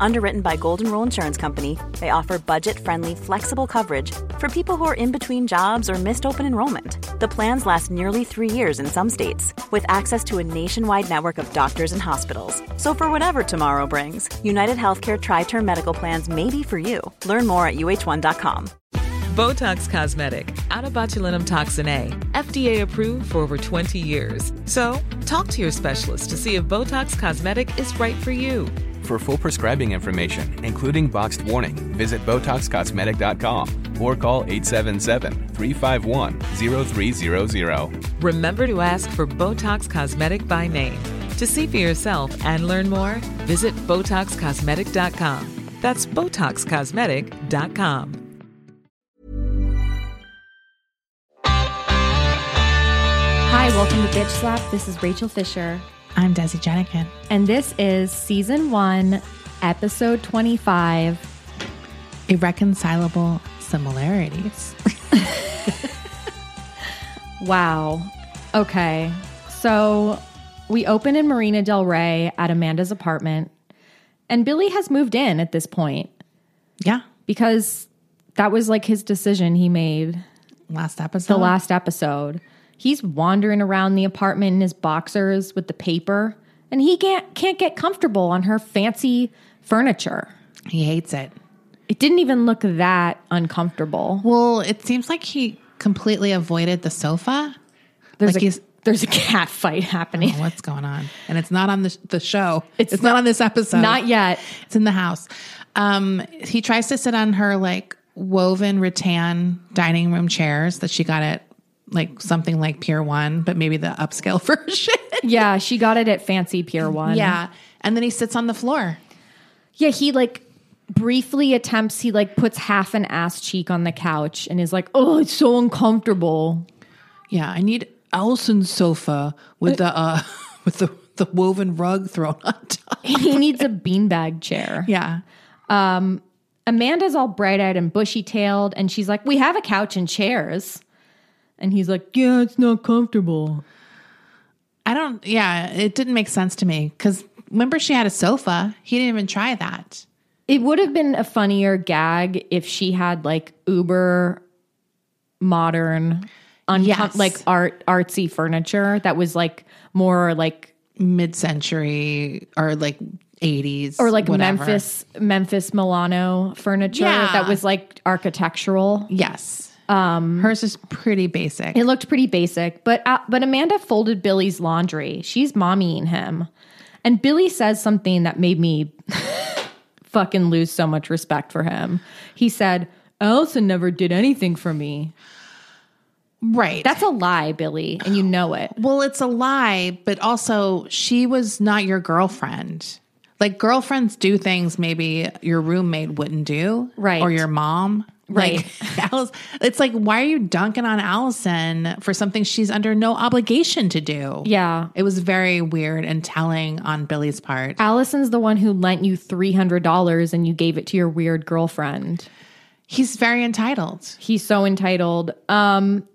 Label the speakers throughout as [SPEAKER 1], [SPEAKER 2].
[SPEAKER 1] Underwritten by Golden Rule Insurance Company, they offer budget friendly, flexible coverage for people who are in between jobs or missed open enrollment. The plans last nearly three years in some states, with access to a nationwide network of doctors and hospitals. So, for whatever tomorrow brings, United Healthcare Tri Term Medical Plans may be for you. Learn more at uh1.com.
[SPEAKER 2] Botox Cosmetic, out of botulinum toxin A, FDA approved for over 20 years. So, talk to your specialist to see if Botox Cosmetic is right for you.
[SPEAKER 3] For full prescribing information, including boxed warning, visit BotoxCosmetic.com or call 877-351-0300.
[SPEAKER 2] Remember to ask for Botox Cosmetic by name. To see for yourself and learn more, visit BotoxCosmetic.com. That's BotoxCosmetic.com.
[SPEAKER 4] Hi, welcome to Bitch Slap. This is Rachel Fisher.
[SPEAKER 5] I'm Desi Jenikin.
[SPEAKER 4] And this is season one, episode 25.
[SPEAKER 5] Irreconcilable similarities.
[SPEAKER 4] wow. Okay. So we open in Marina Del Rey at Amanda's apartment, and Billy has moved in at this point
[SPEAKER 5] Yeah.
[SPEAKER 4] because that was like his decision he made
[SPEAKER 5] Last episode.
[SPEAKER 4] the last episode. He's wandering around the apartment in his boxers with the paper, and he can't can't get comfortable on her fancy furniture.
[SPEAKER 5] He hates it.
[SPEAKER 4] It didn't even look that uncomfortable.
[SPEAKER 5] Well, it seems like he completely avoided the sofa.
[SPEAKER 4] There's
[SPEAKER 5] Like Oh,
[SPEAKER 4] a
[SPEAKER 5] he's-
[SPEAKER 4] there's a cat fight happening.
[SPEAKER 5] What's going on? And it's not on the, the show.
[SPEAKER 4] It's
[SPEAKER 5] It's, not, on this episode.
[SPEAKER 4] Not yet.
[SPEAKER 5] It's in the house. Um, he tries to sit on her like woven rattan dining room chairs that she got at like something like Pier One, but maybe the upscale version.
[SPEAKER 4] Yeah, she got it at Fancy Pier One.
[SPEAKER 5] yeah. And then he sits on the floor.
[SPEAKER 4] yeah. He like briefly attempts. He like puts half an ass cheek on the couch and is like, "Oh, it's so uncomfortable."
[SPEAKER 5] Yeah, I need Allison's sofa with the uh with the, the woven rug thrown on top.
[SPEAKER 4] he needs a beanbag chair.
[SPEAKER 5] Yeah.
[SPEAKER 4] Amanda's all bright eyed and bushy tailed, and she's like, We have a couch and chairs. And he's like, Yeah, it's not comfortable.
[SPEAKER 5] I don't yeah, it didn't make sense to me cuz remember she had a sofa. He didn't even try that.
[SPEAKER 4] It would have been a funnier gag if she had like uber modern, uncom-
[SPEAKER 5] Yes.
[SPEAKER 4] like art artsy furniture that was like more like
[SPEAKER 5] Mid-century or like 80s
[SPEAKER 4] or like
[SPEAKER 5] whatever.
[SPEAKER 4] Memphis Memphis Milano furniture
[SPEAKER 5] Yeah.
[SPEAKER 4] that was like architectural.
[SPEAKER 5] Yes. Um hers is pretty basic.
[SPEAKER 4] It looked pretty basic, but uh, but Amanda folded Billy's laundry. She's mommying him, and Billy says something that made me fucking lose so much respect for him. He said, "Allison never did anything for me."
[SPEAKER 5] right.
[SPEAKER 4] That's a lie, Billy, and you know it.
[SPEAKER 5] Well, it's a lie, but also she was not your girlfriend. Like girlfriends do things maybe your roommate wouldn't do,
[SPEAKER 4] Right.
[SPEAKER 5] Or your mom,
[SPEAKER 4] Right.
[SPEAKER 5] Like, Alice, it's like why are you dunking on Allison for something she's under no obligation to do?
[SPEAKER 4] Yeah,
[SPEAKER 5] It was very weird and telling on Billy's part.
[SPEAKER 4] Allison's the one who lent you three hundred dollars and you gave it to your weird girlfriend.
[SPEAKER 5] He's very entitled.
[SPEAKER 4] He's so entitled. Um,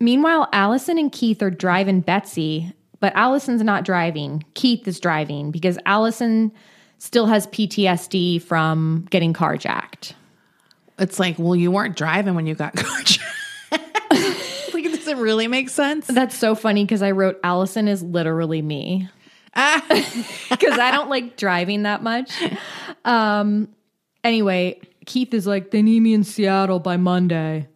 [SPEAKER 4] meanwhile, Allison and Keith are driving Betsy, but Allison's not driving. Keith is driving because Allison still has PTSD from getting carjacked.
[SPEAKER 5] It's like, well, you weren't driving when you got caught. like, does it really make sense?
[SPEAKER 4] That's so funny because I wrote Allison is literally me because I don't like driving that much. Um, anyway, Keith is like, they need me in Seattle by Monday.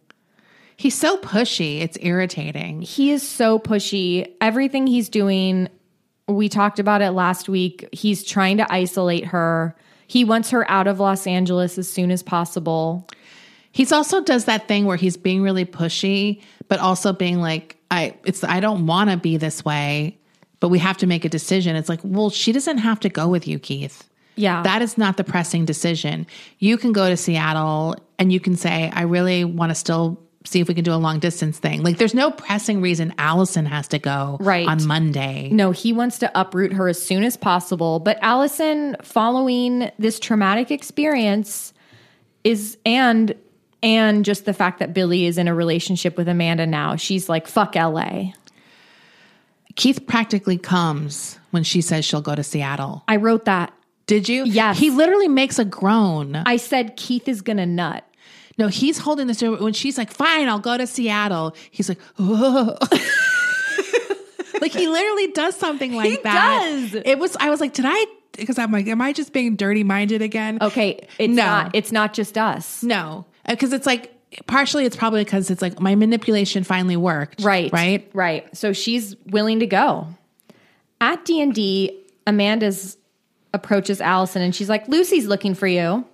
[SPEAKER 5] He's so pushy. It's irritating.
[SPEAKER 4] He is so pushy. Everything he's doing, we talked about it last week. He's trying to isolate her. He wants her out of Los Angeles as soon as possible.
[SPEAKER 5] He's also does that thing where he's being really pushy, but also being like, I it's I don't want to be this way, but we have to make a decision. It's like, well, she doesn't have to go with you, Keith.
[SPEAKER 4] Yeah.
[SPEAKER 5] That is not the pressing decision. You can go to Seattle and you can say, I really want to still see if we can do a long distance thing. Like there's no pressing reason Allison has to go
[SPEAKER 4] Right.
[SPEAKER 5] on Monday.
[SPEAKER 4] no, he wants to uproot her as soon as possible. But Allison, following this traumatic experience, is and and just the fact that Billy is in a relationship with Amanda now. She's like, fuck LA.
[SPEAKER 5] Keith practically comes when she says she'll go to Seattle.
[SPEAKER 4] I wrote that.
[SPEAKER 5] Did you?
[SPEAKER 4] Yes.
[SPEAKER 5] He literally makes a groan.
[SPEAKER 4] I said Keith is gonna nut.
[SPEAKER 5] no, he's holding this when she's like, "Fine, I'll go to Seattle." He's like, "Whoa." like he literally does something like
[SPEAKER 4] He
[SPEAKER 5] that.
[SPEAKER 4] does.
[SPEAKER 5] It was. I was like, "Did I?" Because I'm like, "Am I just being dirty minded again?"
[SPEAKER 4] Okay, it's
[SPEAKER 5] No.
[SPEAKER 4] not it's not just us.
[SPEAKER 5] No, because it's like partially it's probably because it's like my manipulation finally worked.
[SPEAKER 4] Right.
[SPEAKER 5] Right.
[SPEAKER 4] Right. So she's willing to go. At D&D, Amanda's approaches Allison and she's like, "Lucy's looking for you.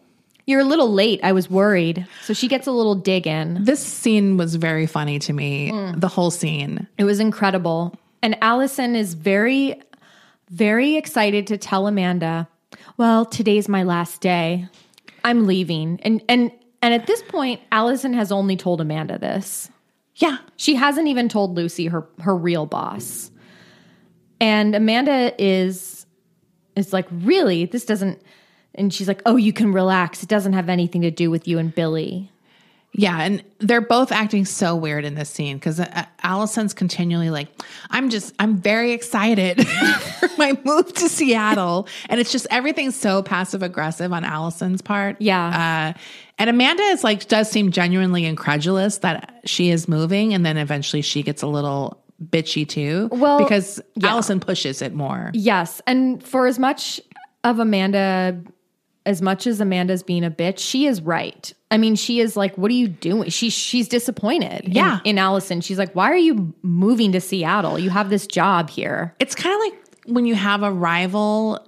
[SPEAKER 4] You're a little late. I was worried." So she gets a little dig in.
[SPEAKER 5] This scene was very funny to me.
[SPEAKER 4] Mm.
[SPEAKER 5] The whole scene.
[SPEAKER 4] It was incredible. And Allison is very very excited to tell Amanda, "Well, today's my last day. I'm leaving." And and and at this point, Allison has only told Amanda this.
[SPEAKER 5] Yeah.
[SPEAKER 4] She hasn't even told Lucy her her real boss. And Amanda is is like, "Really? This doesn't and she's like, "Oh, you can relax. It doesn't have anything to do with you and Billy."
[SPEAKER 5] Yeah, and they're both acting so weird in this scene because uh, Allison's continually like, "I'm just, I'm very excited for my move to Seattle," and it's just everything's so passive aggressive on Allison's part.
[SPEAKER 4] Yeah.
[SPEAKER 5] uh, and Amanda is like, does seem genuinely incredulous that she is moving, and then eventually she gets a little bitchy too.
[SPEAKER 4] Well,
[SPEAKER 5] because Allison pushes it more.
[SPEAKER 4] Yes, and for as much of Amanda as much as Amanda's being a bitch, she is right. I mean, she is like, "What are you doing?" She she's disappointed. in-
[SPEAKER 5] Yeah.
[SPEAKER 4] in Allison, she's like, "Why are you moving to Seattle? You have this job here."
[SPEAKER 5] it's kind of like when you have a rival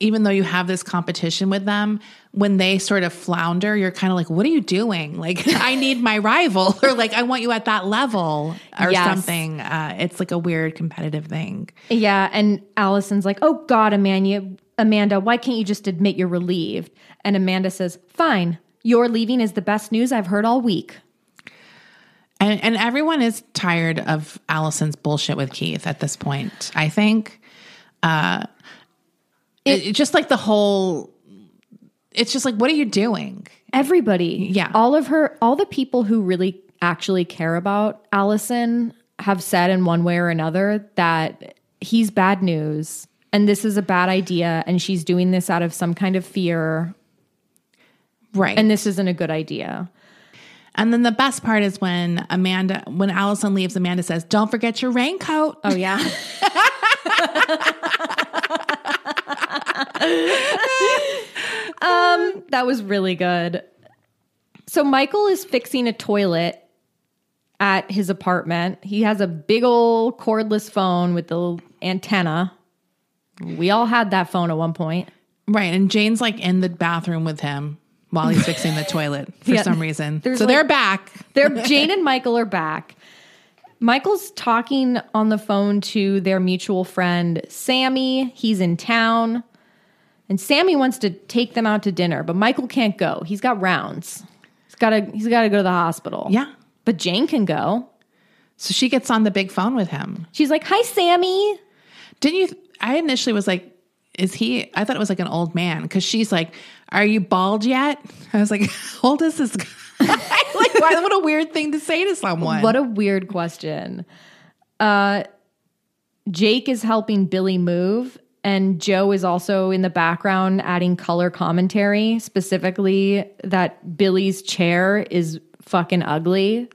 [SPEAKER 5] even though you have this competition with them when they sort of flounder you're kind of like what are you doing like i need my rival or like i want you at that level or
[SPEAKER 4] Yes.
[SPEAKER 5] something uh, it's like a weird competitive thing
[SPEAKER 4] Yeah, and Allison's like, "Oh God, Amanda, Amanda, why can't you just admit you're relieved?" And Amanda says, "Fine, your leaving is the best news I've heard all week."
[SPEAKER 5] and, and everyone is tired of allison's bullshit with keith at this point i think uh, it, it- just like the whole it's just like what are you doing
[SPEAKER 4] Everybody,
[SPEAKER 5] Yeah.
[SPEAKER 4] all of her, all the people who really actually care about Allison have said in one way or another that he's bad news and this is a bad idea, and she's doing this out of some kind of fear,
[SPEAKER 5] right
[SPEAKER 4] and this isn't a good idea.
[SPEAKER 5] And then the best part is when Amanda, when Allison leaves, Amanda says, "Don't forget your raincoat."
[SPEAKER 4] Oh yeah. um, that was really good. So Michael is fixing a toilet at his apartment. He has a big old cordless phone with the antenna. We all had that phone at one point.
[SPEAKER 5] Right, and Jane's like in the bathroom with him while he's fixing the toilet for
[SPEAKER 4] Yeah.
[SPEAKER 5] some reason.
[SPEAKER 4] There's
[SPEAKER 5] so
[SPEAKER 4] like-
[SPEAKER 5] they're back.
[SPEAKER 4] They're Jane and Michael are back. Michael's talking on the phone to their mutual friend Sammy. He's in town. And Sammy wants to take them out to dinner, but Michael can't go. He's got rounds. He's got to he's got to go to the hospital.
[SPEAKER 5] Yeah.
[SPEAKER 4] But Jane can go.
[SPEAKER 5] So she gets on the big phone with him.
[SPEAKER 4] She's like, "Hi Sammy."
[SPEAKER 5] Didn't you? I initially was like, "Is he?" I thought it was like an old man because she's like, "Are you bald yet?" I was like, "How old is this guy?" like, why? What a weird thing to say to someone.
[SPEAKER 4] What a weird question. Uh, Jake is helping Billy move, and Joe is also in the background adding color commentary, specifically that Billy's chair is fucking ugly.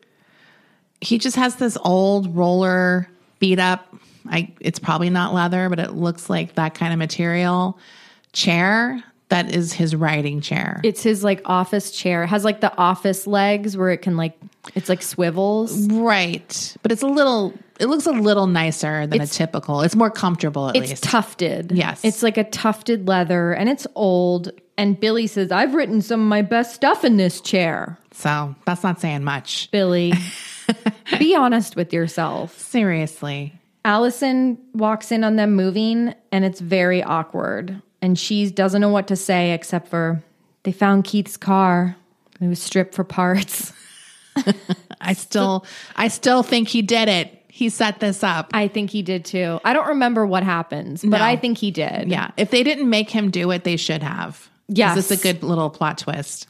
[SPEAKER 5] he just has this old roller beat up I, it's probably not leather but it looks like that kind of material chair that is his writing chair
[SPEAKER 4] It's his like office chair. It has like the office legs where it can like it's like swivels.
[SPEAKER 5] right but it's a little it looks a little nicer than a typical it's more comfortable at
[SPEAKER 4] It's
[SPEAKER 5] least
[SPEAKER 4] tufted.
[SPEAKER 5] Yes.
[SPEAKER 4] It's like a tufted leather and it's old. And Billy says, I've written some of my best stuff in this chair.
[SPEAKER 5] so that's not saying much
[SPEAKER 4] Billy, be honest with yourself.
[SPEAKER 5] seriously
[SPEAKER 4] Allison walks in on them moving, and it's very awkward. And she doesn't know what to say except for they found Keith's car. It was stripped for parts.
[SPEAKER 5] i still i still think he did it he set this up
[SPEAKER 4] I think he did too. I don't remember what happens, but
[SPEAKER 5] No.
[SPEAKER 4] I think he did.
[SPEAKER 5] yeah if they didn't make him do it they should have
[SPEAKER 4] Yes.
[SPEAKER 5] this is a good little plot twist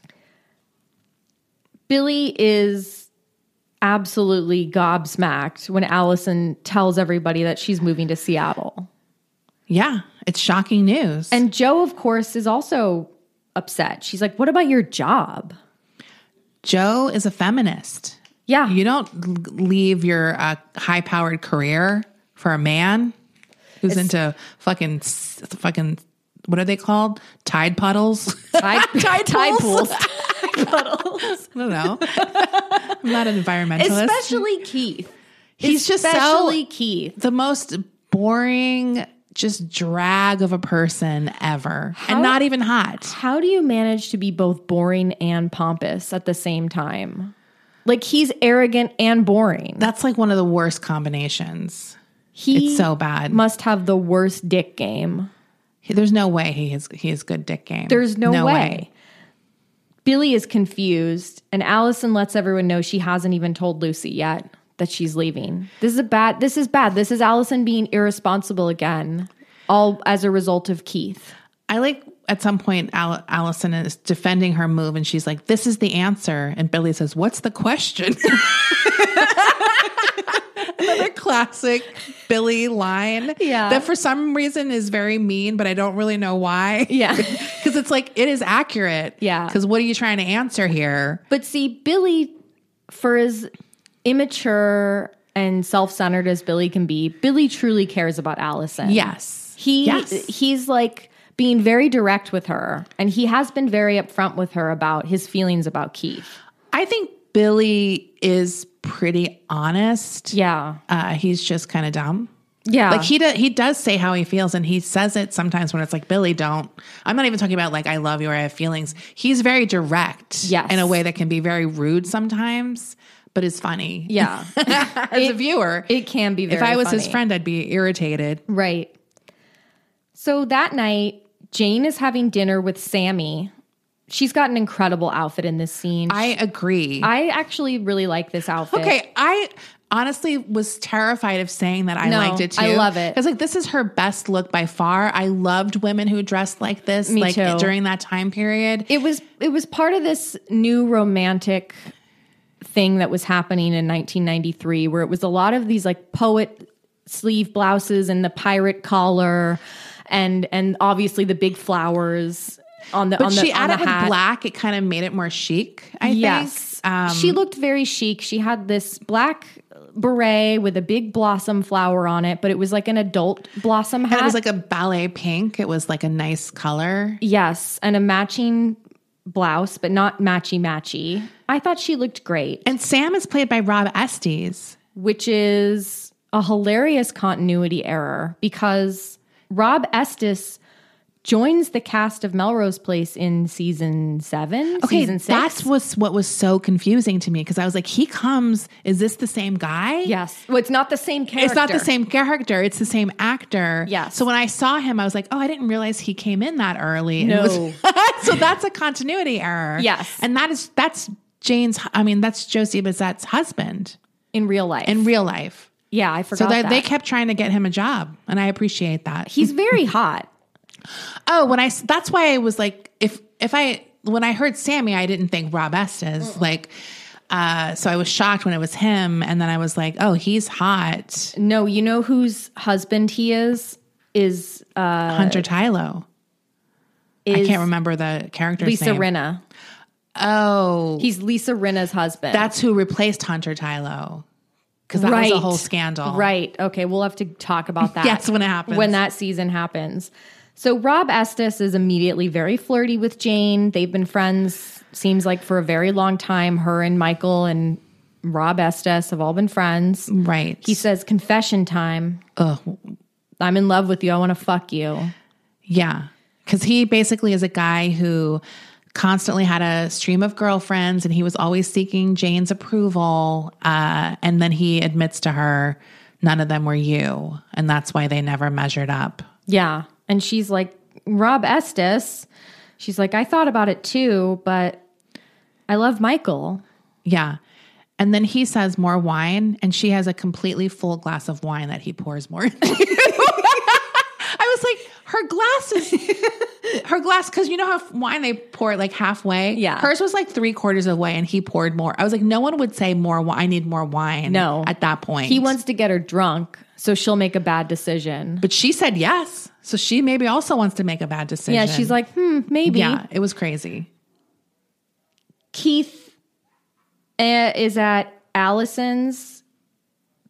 [SPEAKER 4] Billy is absolutely gobsmacked when Allison tells everybody that she's moving to Seattle.
[SPEAKER 5] Yeah, it's shocking news.
[SPEAKER 4] And Joe, of course, is also upset. She's like, What about your job?
[SPEAKER 5] Joe is a feminist.
[SPEAKER 4] Yeah.
[SPEAKER 5] You don't l- leave your uh, high powered career for a man who's into fucking, s- fucking, what are they called? Tide puddles?
[SPEAKER 4] Tide, tide, pools.
[SPEAKER 5] I don't know. I'm not an environmentalist.
[SPEAKER 4] Especially Keith.
[SPEAKER 5] He's just so-
[SPEAKER 4] especially Keith.
[SPEAKER 5] the most boring, just drag of a person ever. and not even hot.
[SPEAKER 4] How do you manage to be both boring and pompous at the same time? Like he's arrogant and boring.
[SPEAKER 5] That's like one of the worst combinations.
[SPEAKER 4] He
[SPEAKER 5] it's so bad.
[SPEAKER 4] must have the worst dick game.
[SPEAKER 5] He- There's no way he is he is good dick game.
[SPEAKER 4] There's no, way. Billy is confused, and Allison lets everyone know she hasn't even told Lucy yet that she's leaving. This is a bad. This is bad. This is Allison being irresponsible again, all as a result of Keith.
[SPEAKER 5] I like at some point Al- Allison is defending her move and she's like, "This is the answer," and Billy says, "What's the question?" Another classic Billy line.
[SPEAKER 4] Yeah.
[SPEAKER 5] that for some reason is very mean, but I don't really know why.
[SPEAKER 4] Yeah.
[SPEAKER 5] because it's like it is accurate.
[SPEAKER 4] Yeah.
[SPEAKER 5] because what are you trying to answer here?
[SPEAKER 4] But see, Billy, for as immature and self-centered as Billy can be, Billy truly cares about Allison.
[SPEAKER 5] Yes,
[SPEAKER 4] He
[SPEAKER 5] Yes.
[SPEAKER 4] he's like being very direct with her, and he has been very upfront with her about his feelings about Keith.
[SPEAKER 5] I think Billy is pretty honest.
[SPEAKER 4] Yeah,
[SPEAKER 5] uh, he's just kind of dumb.
[SPEAKER 4] yeah.
[SPEAKER 5] Like he do, he does say how he feels, and he says it sometimes when it's like Billy, don't. I'm not even talking about like I love you or I have feelings. He's very direct,
[SPEAKER 4] Yes.
[SPEAKER 5] in a way that can be very rude sometimes, but is funny.
[SPEAKER 4] yeah,
[SPEAKER 5] as a viewer,
[SPEAKER 4] it can be. Very
[SPEAKER 5] if I was his
[SPEAKER 4] funny.
[SPEAKER 5] friend, I'd be irritated.
[SPEAKER 4] Right. So that night, Jane is having dinner with Sammy. She's got an incredible outfit in this scene.
[SPEAKER 5] I agree.
[SPEAKER 4] I actually really like this outfit.
[SPEAKER 5] okay, I honestly was terrified of saying that I
[SPEAKER 4] No,
[SPEAKER 5] liked it too.
[SPEAKER 4] I love it.
[SPEAKER 5] It's like this is her best look by far. I loved women who dressed like this,
[SPEAKER 4] Me
[SPEAKER 5] like
[SPEAKER 4] too.
[SPEAKER 5] during that time period.
[SPEAKER 4] It was it was part of this new romantic thing that was happening in 1993 where it was a lot of these like poet sleeve blouses and the pirate collar and and obviously the big flowers on the
[SPEAKER 5] but
[SPEAKER 4] on the
[SPEAKER 5] she
[SPEAKER 4] on
[SPEAKER 5] added
[SPEAKER 4] the hat.
[SPEAKER 5] with black. It kind of made it more chic. I
[SPEAKER 4] yes.
[SPEAKER 5] think. Um,
[SPEAKER 4] she looked very chic. She had this black beret with a big blossom flower on it, but it was like an adult blossom hat.
[SPEAKER 5] and it was like a ballet pink. It was like a nice color.
[SPEAKER 4] yes, and a matching blouse, but not matchy matchy. I thought she looked great.
[SPEAKER 5] And Sam is played by Rob Estes.
[SPEAKER 4] which is a hilarious continuity error because Rob Estes joins the cast of Melrose Place in season seven, season six.
[SPEAKER 5] that's was what was so confusing to me because I was like, he comes. Is this the same guy?
[SPEAKER 4] yes. Well, it's not the same character.
[SPEAKER 5] It's not the same character. It's the same actor.
[SPEAKER 4] Yes.
[SPEAKER 5] So when I saw him, I was like, "Oh, I didn't realize he came in that early." And it
[SPEAKER 4] No.
[SPEAKER 5] was- so that's a continuity error.
[SPEAKER 4] Yes.
[SPEAKER 5] And that is that's Jane's. I mean, that's Josie Bazette's husband
[SPEAKER 4] in real life.
[SPEAKER 5] in real life.
[SPEAKER 4] yeah, I
[SPEAKER 5] So
[SPEAKER 4] forgot
[SPEAKER 5] they,
[SPEAKER 4] that.
[SPEAKER 5] they kept trying to get him a job, and I appreciate that.
[SPEAKER 4] He's very hot.
[SPEAKER 5] oh, when I s- that's why I was like, if if I when I heard Sammy, I didn't think Rob Estes like. Uh, so I was shocked when it was him, and then I was like, "Oh, he's hot,
[SPEAKER 4] No, you know whose husband he is is uh,
[SPEAKER 5] Hunter Tylo." I
[SPEAKER 4] is
[SPEAKER 5] can't remember the character's
[SPEAKER 4] Lisa
[SPEAKER 5] name.
[SPEAKER 4] Rinna.
[SPEAKER 5] Oh,
[SPEAKER 4] He's Lisa Rinna's husband.
[SPEAKER 5] that's who replaced Hunter Tylo because that was a whole scandal,
[SPEAKER 4] Right. Okay. We'll have to talk about that.
[SPEAKER 5] Yes, when it happens.
[SPEAKER 4] When that season happens. So Rob Estes is immediately very flirty with Jane. They've been friends, seems like, for a very long time. Her and Michael and Rob Estes have all been friends.
[SPEAKER 5] Right.
[SPEAKER 4] He says, Confession time. I'm in love with you. I want to fuck you.
[SPEAKER 5] Yeah. Because he basically is a guy who constantly had a stream of girlfriends and he was always seeking Jane's approval. Uh, and then he admits to her, none of them were you. And that's why they never measured up.
[SPEAKER 4] Yeah. And she's like, Rob Estes. She's like, I thought about it too, but I love Michael.
[SPEAKER 5] Yeah. And then he says more wine, and she has a completely full glass of wine that he pours more. into. I was like, her glasses. her glass because you know how f- wine they pour it like halfway.
[SPEAKER 4] Yeah.
[SPEAKER 5] hers was like three quarters of the way, and he poured more. I was like, no one would say more. Wine. I need more wine.
[SPEAKER 4] No.
[SPEAKER 5] at that point,
[SPEAKER 4] He wants to get her drunk, so she'll make a bad decision.
[SPEAKER 5] but she said yes, so she maybe also wants to make a bad decision.
[SPEAKER 4] yeah, she's like, hmm, maybe.
[SPEAKER 5] yeah, it was crazy.
[SPEAKER 4] Keith uh, is at Allison's.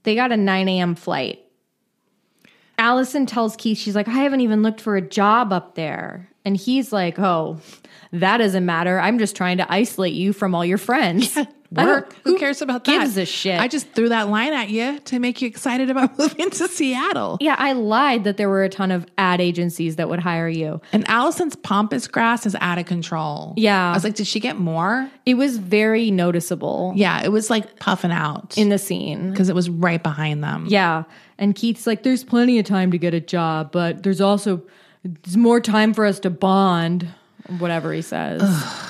[SPEAKER 4] They got a 9 a.m. flight. Allison tells Keith, she's like, I haven't even looked for a job up there. And he's like, Oh, that doesn't matter. I'm just trying to isolate you from all your friends. I don't-
[SPEAKER 5] Work. Who, cares about that?
[SPEAKER 4] gives a shit?
[SPEAKER 5] I just threw that line at you to make you excited about moving to Seattle.
[SPEAKER 4] Yeah, I lied that there were a ton of ad agencies that would hire you.
[SPEAKER 5] And Allison's pompous grass is out of control.
[SPEAKER 4] Yeah.
[SPEAKER 5] I was like, did she get more?
[SPEAKER 4] It was very noticeable
[SPEAKER 5] Yeah, it was like puffing out
[SPEAKER 4] in the scene.
[SPEAKER 5] because it was right behind them.
[SPEAKER 4] Yeah. And Keith's like, there's plenty of time to get a job, but there's also there's more time for us to bond, whatever he says.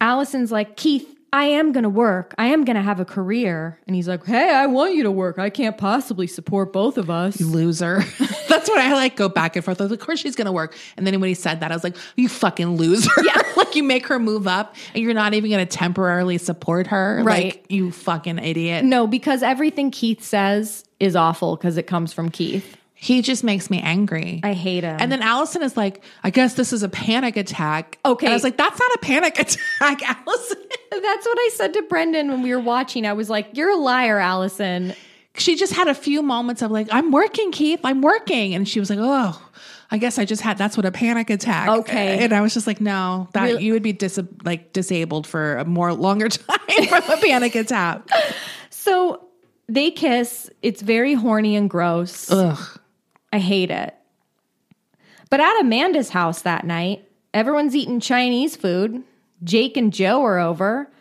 [SPEAKER 4] Allison's like, Keith, I am going to work. I am going to have a career. And he's like, hey, I want you to work. I can't possibly support both of us.
[SPEAKER 5] Loser. That's what I like go back and forth. I was like, of course she's gonna work. And then when he said that, I was like, you fucking loser. Yeah. like you make her move up and you're not even gonna temporarily support her.
[SPEAKER 4] Right.
[SPEAKER 5] Like, you fucking idiot.
[SPEAKER 4] No, because everything Keith says is awful because it comes from Keith.
[SPEAKER 5] He just makes me angry.
[SPEAKER 4] I hate him.
[SPEAKER 5] and then Allison is like, I guess this is a panic attack.
[SPEAKER 4] Okay.
[SPEAKER 5] And I was like, that's not a panic attack, Allison.
[SPEAKER 4] That's what I said to Brendan when we were watching. I was like, you're a liar, Allison.
[SPEAKER 5] she just had a few moments of like, I'm working, Keith, I'm working. And she was like, oh, I guess I just had, that's what a panic attack.
[SPEAKER 4] Okay.
[SPEAKER 5] And I was just like, no, that
[SPEAKER 4] Really?
[SPEAKER 5] you would be dis- like disabled for a more longer time from a panic attack.
[SPEAKER 4] So they kiss. It's very horny and gross.
[SPEAKER 5] Ugh.
[SPEAKER 4] I hate it. But at Amanda's house that night, everyone's eating Chinese food. Jake and Joe are over.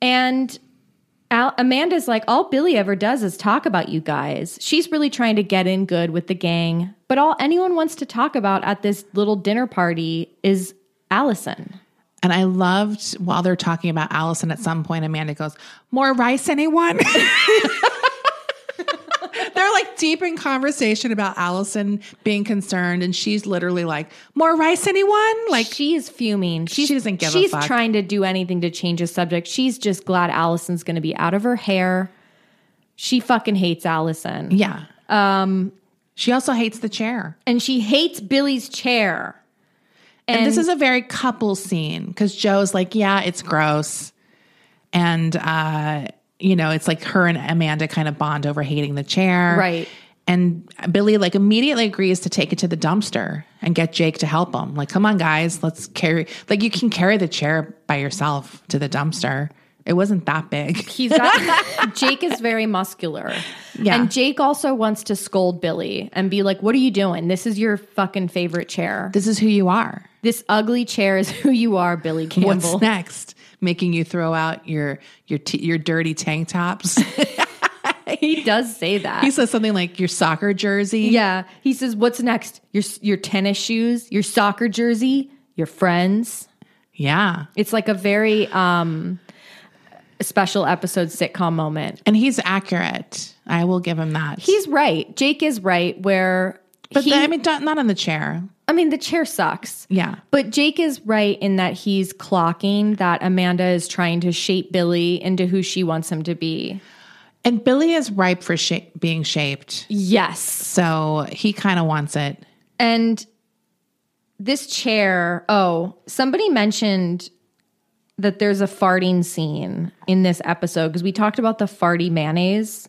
[SPEAKER 4] And Al- Amanda's like, all Billy ever does is talk about you guys. She's really trying to get in good with the gang. But all anyone wants to talk about at this little dinner party is Allison.
[SPEAKER 5] And I loved while they're talking about Allison at some point, Amanda goes, More rice, anyone? they're like deep in conversation about Allison being concerned, and she's literally like, More rice, anyone? Like,
[SPEAKER 4] she is fuming. She's,
[SPEAKER 5] She doesn't give a
[SPEAKER 4] She's
[SPEAKER 5] fuck.
[SPEAKER 4] trying to do anything to change the subject. She's just glad Allison's going to be out of her hair. She fucking hates Allison,
[SPEAKER 5] yeah.
[SPEAKER 4] Uh,
[SPEAKER 5] Um, she also hates the chair.
[SPEAKER 4] and she hates Billy's chair.
[SPEAKER 5] And, this is a very couple scene because Joe's like, yeah, it's gross. And, uh, you know, it's like her and Amanda kind of bond over hating the chair.
[SPEAKER 4] Right.
[SPEAKER 5] And Billy like immediately agrees to take it to the dumpster and get Jake to help him. Like, come on, guys, let's carry, like, you can carry the chair by yourself to the dumpster. It wasn't that big.
[SPEAKER 4] He's got, Jake is very muscular,
[SPEAKER 5] Yeah.
[SPEAKER 4] and Jake also wants to scold Billy and be like, "What are you doing? This is your fucking favorite chair. This,
[SPEAKER 5] This is who you are.
[SPEAKER 4] ugly chair is who you are, Billy Campbell."
[SPEAKER 5] What's next? Making you throw out your your t- your dirty tank tops.
[SPEAKER 4] He does say that.
[SPEAKER 5] he says something like your soccer jersey.
[SPEAKER 4] Yeah, he says, "What's next? Your your tennis shoes, your soccer jersey, your friends."
[SPEAKER 5] Yeah.
[SPEAKER 4] It's like a very um special episode sitcom moment.
[SPEAKER 5] And he's accurate. I will give him that.
[SPEAKER 4] He's right. Jake is right. Where,
[SPEAKER 5] but
[SPEAKER 4] he,
[SPEAKER 5] the- I mean, not, not on the chair.
[SPEAKER 4] I mean, the chair sucks.
[SPEAKER 5] Yeah.
[SPEAKER 4] But Jake is right in that he's clocking that Amanda is trying to shape Billy into who she wants him to be.
[SPEAKER 5] And Billy is ripe for sha- being shaped.
[SPEAKER 4] Yes.
[SPEAKER 5] So he kind of wants it.
[SPEAKER 4] And this chair, oh, somebody mentioned that there's a farting scene in this episode because we talked about the farty mayonnaise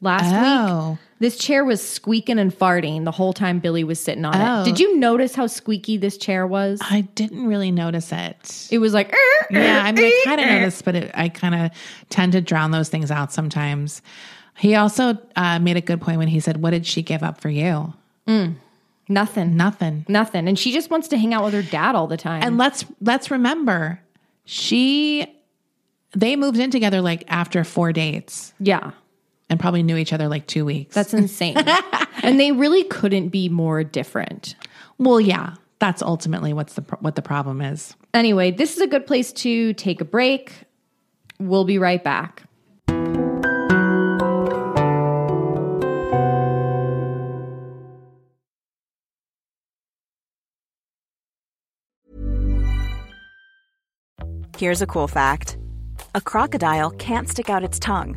[SPEAKER 4] last week.
[SPEAKER 5] Oh.
[SPEAKER 4] This chair was squeaking and farting the whole time Billy was sitting on
[SPEAKER 5] Oh.
[SPEAKER 4] it. Did you notice how squeaky this chair was?
[SPEAKER 5] I didn't really notice it.
[SPEAKER 4] It was like, "Er, er,
[SPEAKER 5] Yeah. I mean, I
[SPEAKER 4] er,
[SPEAKER 5] kind of
[SPEAKER 4] er."
[SPEAKER 5] noticed, but it, I kind of tend to drown those things out sometimes. He also uh, made a good point when he said, What did she give up for you?
[SPEAKER 4] nothing,
[SPEAKER 5] Nothing.
[SPEAKER 4] nothing. And she just wants to hang out with her dad all the time.
[SPEAKER 5] And let's let's remember, she they moved in together like after four dates.
[SPEAKER 4] yeah,
[SPEAKER 5] and probably knew each other like two weeks.
[SPEAKER 4] that's insane. and they really couldn't be more different.
[SPEAKER 5] well, yeah, that's ultimately what's the pro- what the problem is.
[SPEAKER 4] Anyway, this is a good place to take a break. We'll be right back.
[SPEAKER 1] Here's a cool fact a crocodile can't stick out its tongue.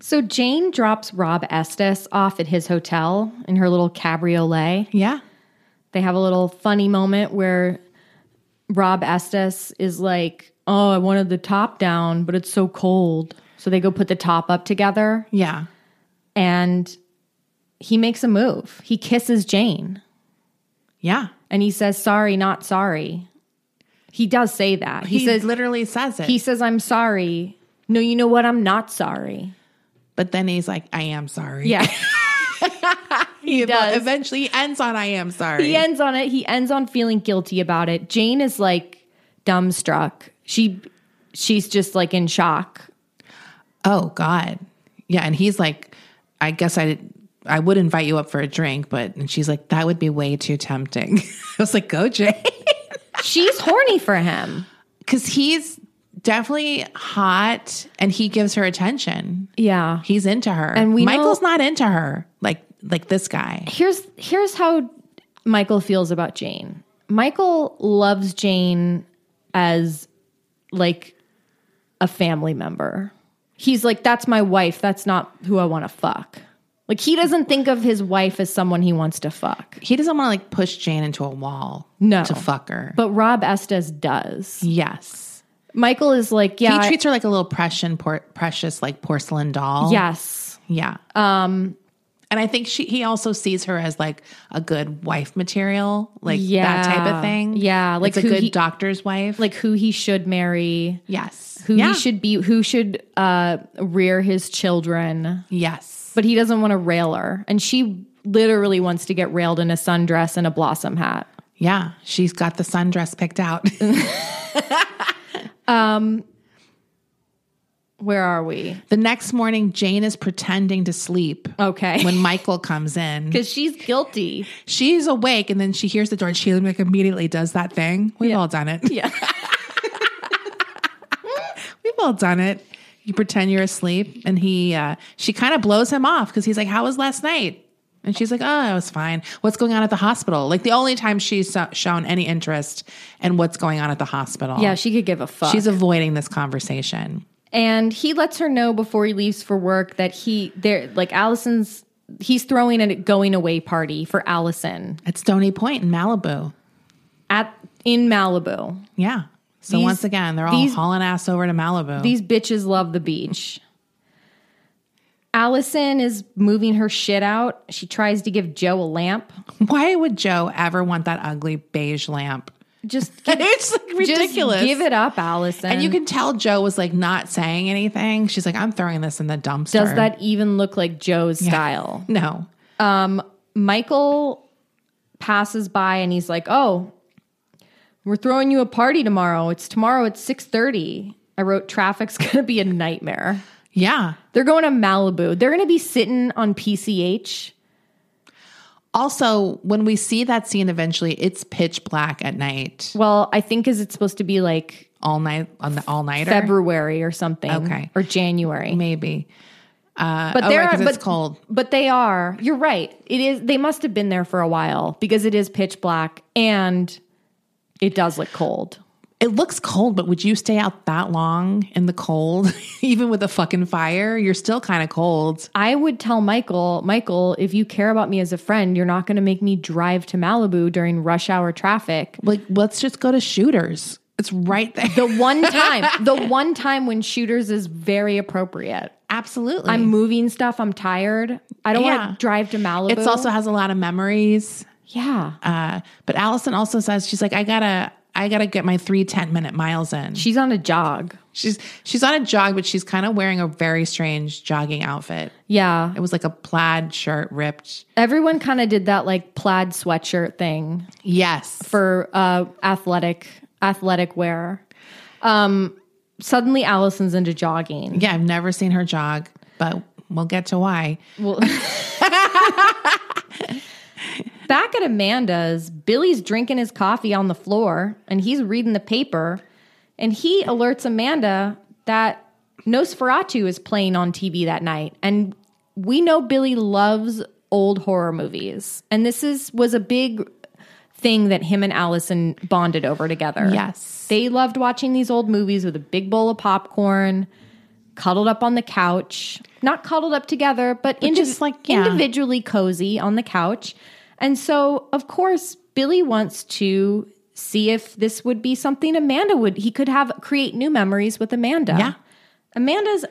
[SPEAKER 4] So Jane drops Rob Estes off at his hotel in her little cabriolet.
[SPEAKER 5] Yeah.
[SPEAKER 4] They have a little funny moment where Rob Estes is like, Oh, I wanted the top down, but it's so cold. So they go put the top up together
[SPEAKER 5] Yeah.
[SPEAKER 4] and he makes a move. He kisses Jane
[SPEAKER 5] Yeah.
[SPEAKER 4] and he says, Sorry, not sorry. He does say that. He, says,
[SPEAKER 5] literally says it.
[SPEAKER 4] He says, I'm sorry. No, you know what? I'm not sorry.
[SPEAKER 5] but then he's like, I am sorry.
[SPEAKER 4] Yeah.
[SPEAKER 5] He,
[SPEAKER 4] does.
[SPEAKER 5] eventually ends on I am sorry.
[SPEAKER 4] he ends on it. He ends on feeling guilty about it. Jane is like dumbstruck. She she's just like in shock.
[SPEAKER 5] Oh God. Yeah. And he's like, I guess I I would invite you up for a drink, but and she's like, that would be way too tempting. I was like, go Jay.
[SPEAKER 4] She's horny for him.
[SPEAKER 5] Cause he's definitely hot and he gives her attention.
[SPEAKER 4] Yeah.
[SPEAKER 5] He's into her.
[SPEAKER 4] And we know-
[SPEAKER 5] Michael's not into her. Like like this guy.
[SPEAKER 4] Here's here's how Michael feels about Jane. Michael loves Jane as like a family member. He's like that's my wife. That's not who I want to fuck. Like he doesn't think of his wife as someone he wants to fuck.
[SPEAKER 5] He doesn't want to like push Jane into a wall.
[SPEAKER 4] No.
[SPEAKER 5] To fuck her.
[SPEAKER 4] But Rob Estes does.
[SPEAKER 5] yes.
[SPEAKER 4] Michael is like, yeah,
[SPEAKER 5] he
[SPEAKER 4] I-
[SPEAKER 5] treats her like a little Prussian por- precious like porcelain doll.
[SPEAKER 4] Yes.
[SPEAKER 5] Yeah. Um and I think she he also sees her as like a good wife material, like
[SPEAKER 4] Yeah.
[SPEAKER 5] that type of thing.
[SPEAKER 4] Yeah, like
[SPEAKER 5] Like a
[SPEAKER 4] who
[SPEAKER 5] good
[SPEAKER 4] he-
[SPEAKER 5] doctor's wife.
[SPEAKER 4] Like who he should marry,
[SPEAKER 5] yes.
[SPEAKER 4] who
[SPEAKER 5] Yeah.
[SPEAKER 4] he should be, who should uh, rear his children.
[SPEAKER 5] Yes.
[SPEAKER 4] But he doesn't want to rail her. And she literally wants to get railed in a sundress and a blossom hat.
[SPEAKER 5] Yeah. She's got the sundress picked out.
[SPEAKER 4] Where are we?
[SPEAKER 5] the next morning Jane is pretending to sleep.
[SPEAKER 4] Okay.
[SPEAKER 5] When Michael comes in,
[SPEAKER 4] Because she's guilty.
[SPEAKER 5] she's awake and then she hears the door and she like immediately does that thing. We've all done it.
[SPEAKER 4] Yeah.
[SPEAKER 5] We've all done it. You pretend you're asleep, and he, uh, she kind of blows him off because he's like, "How was last night?" And she's like, "Oh, I was fine. What's going on at the hospital?" Like the only time she's so- shown any interest in what's going on at the hospital.
[SPEAKER 4] Yeah, she could give a fuck.
[SPEAKER 5] she's avoiding this conversation.
[SPEAKER 4] and he lets her know before he leaves for work that he, there, like Allison's, he's throwing a going away party for Allison
[SPEAKER 5] At Stony Point in Malibu.
[SPEAKER 4] at in Malibu.
[SPEAKER 5] Yeah. So
[SPEAKER 4] These-
[SPEAKER 5] once again, they're all
[SPEAKER 4] these-
[SPEAKER 5] hauling ass over to Malibu.
[SPEAKER 4] These bitches love the beach. Allison is moving her shit out. She tries to give Joe a lamp.
[SPEAKER 5] Why would Joe ever want that ugly beige lamp?
[SPEAKER 4] Just give,
[SPEAKER 5] it's like ridiculous.
[SPEAKER 4] Just give it up, Allison.
[SPEAKER 5] And you can tell Joe was like not saying anything. She's like, "I'm throwing this in the dumpster."
[SPEAKER 4] Does that even look like Joe's style?
[SPEAKER 5] No.
[SPEAKER 4] Michael passes by and he's like, "Oh, we're throwing you a party tomorrow. It's tomorrow at 6:30." I wrote traffic's going to be a nightmare.
[SPEAKER 5] Yeah.
[SPEAKER 4] They're going to Malibu. They're going to be sitting on PCH.
[SPEAKER 5] Also, when we see that scene eventually, it's pitch black at night,
[SPEAKER 4] Well, I think is it's supposed to be like
[SPEAKER 5] all night on the all nighter.
[SPEAKER 4] February or something.
[SPEAKER 5] Okay.
[SPEAKER 4] Or January.
[SPEAKER 5] maybe.
[SPEAKER 4] But
[SPEAKER 5] oh,
[SPEAKER 4] they're
[SPEAKER 5] right, 'cause
[SPEAKER 4] but,
[SPEAKER 5] it's cold.
[SPEAKER 4] But they are. You're right. It is they must have been there for a while because it is pitch black and it does look cold.
[SPEAKER 5] It looks cold, but would you stay out that long in the cold, even with a fucking fire? You're still kind of cold.
[SPEAKER 4] I would tell Michael, Michael, if you care about me as a friend, you're not going to make me drive to Malibu during rush hour traffic.
[SPEAKER 5] Like, let's just go to shooters. It's right there.
[SPEAKER 4] The one time, the one time when shooters is very appropriate.
[SPEAKER 5] Absolutely.
[SPEAKER 4] I'm moving stuff. I'm tired. I don't
[SPEAKER 5] Yeah.
[SPEAKER 4] want to drive to Malibu.
[SPEAKER 5] it also has a lot of memories.
[SPEAKER 4] yeah.
[SPEAKER 5] Uh, but Allison also says she's like, I gotta, I gotta get my three 10 minute miles in.
[SPEAKER 4] She's on a jog.
[SPEAKER 5] She's she's on a jog, but she's kind of wearing a very strange jogging outfit.
[SPEAKER 4] Yeah.
[SPEAKER 5] It was like a plaid shirt ripped.
[SPEAKER 4] Everyone kind of did that like plaid sweatshirt thing
[SPEAKER 5] Yes.
[SPEAKER 4] for uh athletic athletic wear. Um suddenly Allison's into jogging.
[SPEAKER 5] Yeah, I've never seen her jog, but we'll get to why.
[SPEAKER 4] Back at Amanda's, Billy's drinking his coffee on the floor and he's reading the paper and he alerts Amanda that Nosferatu is playing on TV that night and we know Billy loves old horror movies and this is was a big thing that him and Allison bonded over together.
[SPEAKER 5] Yes.
[SPEAKER 4] They loved watching these old movies with a big bowl of popcorn, cuddled up on the couch, not cuddled up together, but, indi-
[SPEAKER 5] just like, yeah.
[SPEAKER 4] individually cozy on the couch. And so, of course, Billy wants to see if this would be something Amanda would, he could have create new memories with Amanda.
[SPEAKER 5] Yeah.
[SPEAKER 4] Amanda's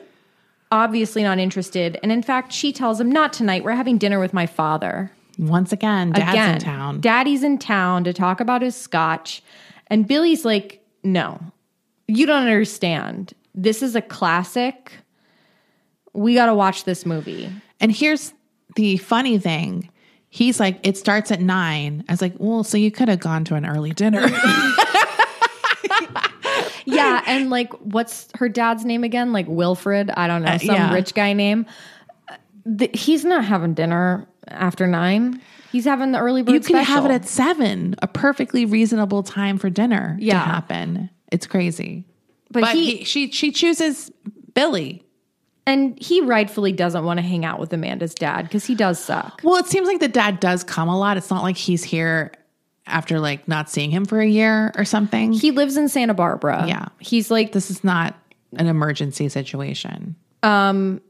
[SPEAKER 4] obviously not interested. And in fact, she tells him, Not tonight. We're having dinner with my father
[SPEAKER 5] Once again, dad's
[SPEAKER 4] again,
[SPEAKER 5] in town.
[SPEAKER 4] Daddy's in town to talk about his scotch. And Billy's like, no, you don't understand. This is a classic. We got to watch this movie.
[SPEAKER 5] and here's the funny thing. He's like, it starts at nine. I was like, well, so you could have gone to an early dinner.
[SPEAKER 4] Yeah. And like, what's her dad's name again? Like Wilfred? I don't know. Some
[SPEAKER 5] Uh, yeah.
[SPEAKER 4] rich guy name. Uh, th- he's not having dinner after nine. He's having the early bird
[SPEAKER 5] you could have
[SPEAKER 4] special.
[SPEAKER 5] it at seven, a perfectly reasonable time for dinner to
[SPEAKER 4] Yeah.
[SPEAKER 5] happen. It's crazy.
[SPEAKER 4] but,
[SPEAKER 5] But
[SPEAKER 4] he,
[SPEAKER 5] he, she she chooses Billy.
[SPEAKER 4] and he rightfully doesn't want to hang out with Amanda's dad because he does suck.
[SPEAKER 5] Well, it seems like the dad does come a lot. It's not like he's here after like not seeing him for a year or something.
[SPEAKER 4] He lives in Santa Barbara.
[SPEAKER 5] Yeah.
[SPEAKER 4] He's like
[SPEAKER 5] this is not an emergency situation.
[SPEAKER 4] Billy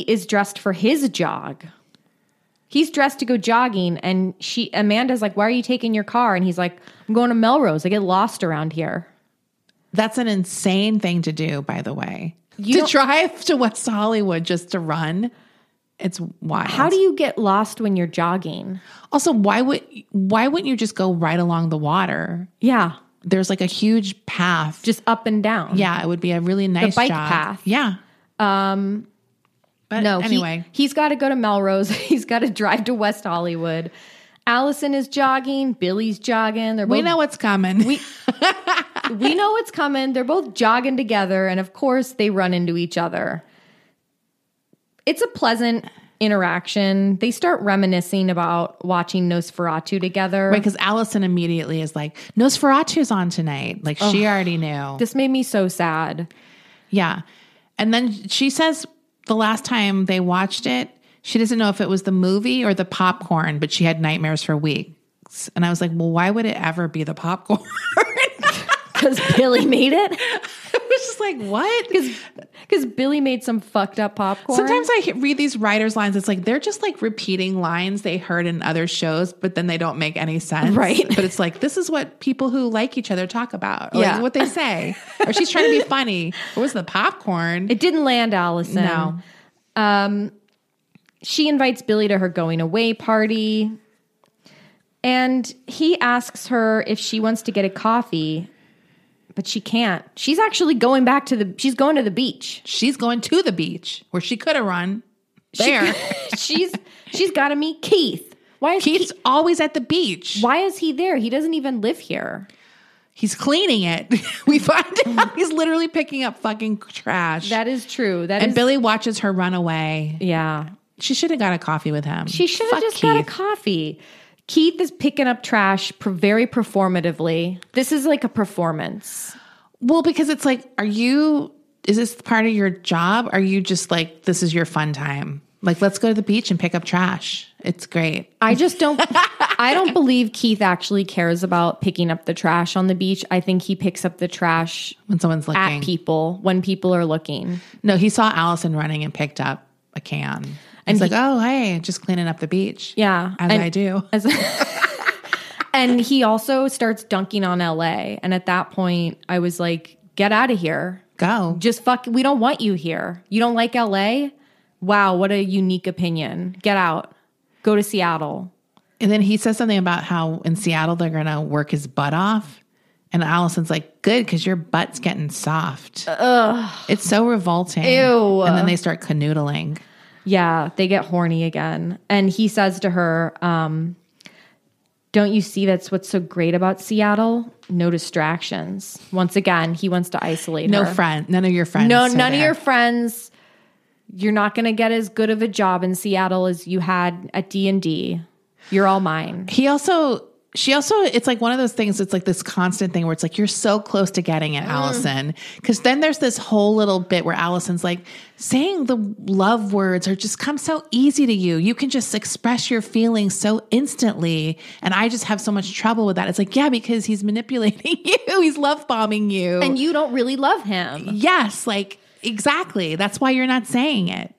[SPEAKER 4] is dressed for his jog. He's dressed to go jogging, and she Amanda's like, "Why are you taking your car?" And he's like, "I'm going to Melrose. I get lost around here."
[SPEAKER 5] That's an insane thing to do, by the way.
[SPEAKER 4] You
[SPEAKER 5] to
[SPEAKER 4] don't-
[SPEAKER 5] drive to West Hollywood just to run, it's wild.
[SPEAKER 4] How do you get lost when you're jogging?
[SPEAKER 5] also why would why wouldn't you just go right along the water?
[SPEAKER 4] Yeah,
[SPEAKER 5] There's like a huge path.
[SPEAKER 4] just up and down.
[SPEAKER 5] yeah, it would be a really nice
[SPEAKER 4] bike
[SPEAKER 5] jog.
[SPEAKER 4] path.
[SPEAKER 5] Yeah. Um, but
[SPEAKER 4] No,
[SPEAKER 5] no.
[SPEAKER 4] he-
[SPEAKER 5] Anyway,
[SPEAKER 4] he's got to go to Melrose. He's got to drive to West Hollywood. Allison is jogging. Billy's jogging. They're both,
[SPEAKER 5] we know what's coming. We
[SPEAKER 4] we know what's coming. They're both jogging together, and of course, they run into each other. It's a pleasant interaction. They start reminiscing about watching Nosferatu together.
[SPEAKER 5] Right, because Allison immediately is like, Nosferatu's on tonight. Like she already knew.
[SPEAKER 4] this made me so sad.
[SPEAKER 5] yeah. And then she says the last time they watched it, she doesn't know if it was the movie or the popcorn, but she had nightmares for weeks. And I was like, well, why would it ever be the popcorn?
[SPEAKER 4] Because Billy made it.
[SPEAKER 5] I was just like, what?
[SPEAKER 4] Because Billy made some fucked up popcorn.
[SPEAKER 5] Sometimes I he- read these writers' lines. It's like they're just like repeating lines they heard in other shows, but then they don't make any sense.
[SPEAKER 4] Right.
[SPEAKER 5] But it's like this is what people who like each other talk about. Or
[SPEAKER 4] Yeah.
[SPEAKER 5] Like what they say. or she's trying to be funny. It was the popcorn.
[SPEAKER 4] it didn't land Allison. Um,
[SPEAKER 5] no.
[SPEAKER 4] she invites Billy to her going away party. And he asks her if she wants to get a coffee, but she can't. She's actually going back to the she's going to the beach.
[SPEAKER 5] She's going to the beach where she could have run. There.
[SPEAKER 4] She's she's got to meet Keith. Why is
[SPEAKER 5] Keith's
[SPEAKER 4] Keith,
[SPEAKER 5] always at the beach.
[SPEAKER 4] why is he there? He doesn't even live here.
[SPEAKER 5] He's cleaning it. we find out he's literally picking up fucking trash.
[SPEAKER 4] That is true. That is
[SPEAKER 5] and Billy watches her run away.
[SPEAKER 4] yeah.
[SPEAKER 5] She should have got a coffee with him.
[SPEAKER 4] She should have
[SPEAKER 5] Fuck
[SPEAKER 4] just got a
[SPEAKER 5] Keith.
[SPEAKER 4] coffee. Keith is picking up trash pr- very performatively. This is like a performance.
[SPEAKER 5] Well, because it's like, are you, is this part of your job? Are you just like, this is your fun time? Like, let's go to the beach and pick up trash. It's great.
[SPEAKER 4] I just don't I don't believe Keith actually cares about picking up the trash on the beach. I think he picks up the trash
[SPEAKER 5] When someone's looking.
[SPEAKER 4] at people when people are looking.
[SPEAKER 5] No, he saw Allison running and picked up a can. And he's like, oh, hey, just cleaning up the beach.
[SPEAKER 4] Yeah.
[SPEAKER 5] As
[SPEAKER 4] And-
[SPEAKER 5] I do.
[SPEAKER 4] As and he also starts dunking on LA. And at that point, I was like, get out of here.
[SPEAKER 5] Go.
[SPEAKER 4] Just fuck, we don't want you here. You don't like LA? Wow, what a unique opinion. Get out. Go to Seattle.
[SPEAKER 5] And then he says something about how in Seattle they're going to work his butt off. And Allison's like, good, because your butt's getting soft. Ugh. It's so revolting.
[SPEAKER 4] Ew.
[SPEAKER 5] And then they start canoodling.
[SPEAKER 4] Yeah, they get horny again. And he says to her, um, Don't you see that's what's so great about Seattle? No distractions. Once again, he wants to isolate
[SPEAKER 5] No
[SPEAKER 4] her.
[SPEAKER 5] friend, none of your friends.
[SPEAKER 4] No,
[SPEAKER 5] are
[SPEAKER 4] none of
[SPEAKER 5] there.
[SPEAKER 4] your friends. You're not going to get as good of a job in Seattle as you had at D&D. You're all mine.
[SPEAKER 5] He also, she also, it's like one of those things. It's like this constant thing where it's like you're so close to getting it, Allison. Because then there's this whole little bit where Allison's like saying the love words are just come so easy to you. You can just express your feelings so instantly, and I just have so much trouble with that. It's like yeah, because he's manipulating you. He's love bombing you.
[SPEAKER 4] And you don't really love him.
[SPEAKER 5] yes, like exactly. That's why you're not saying it.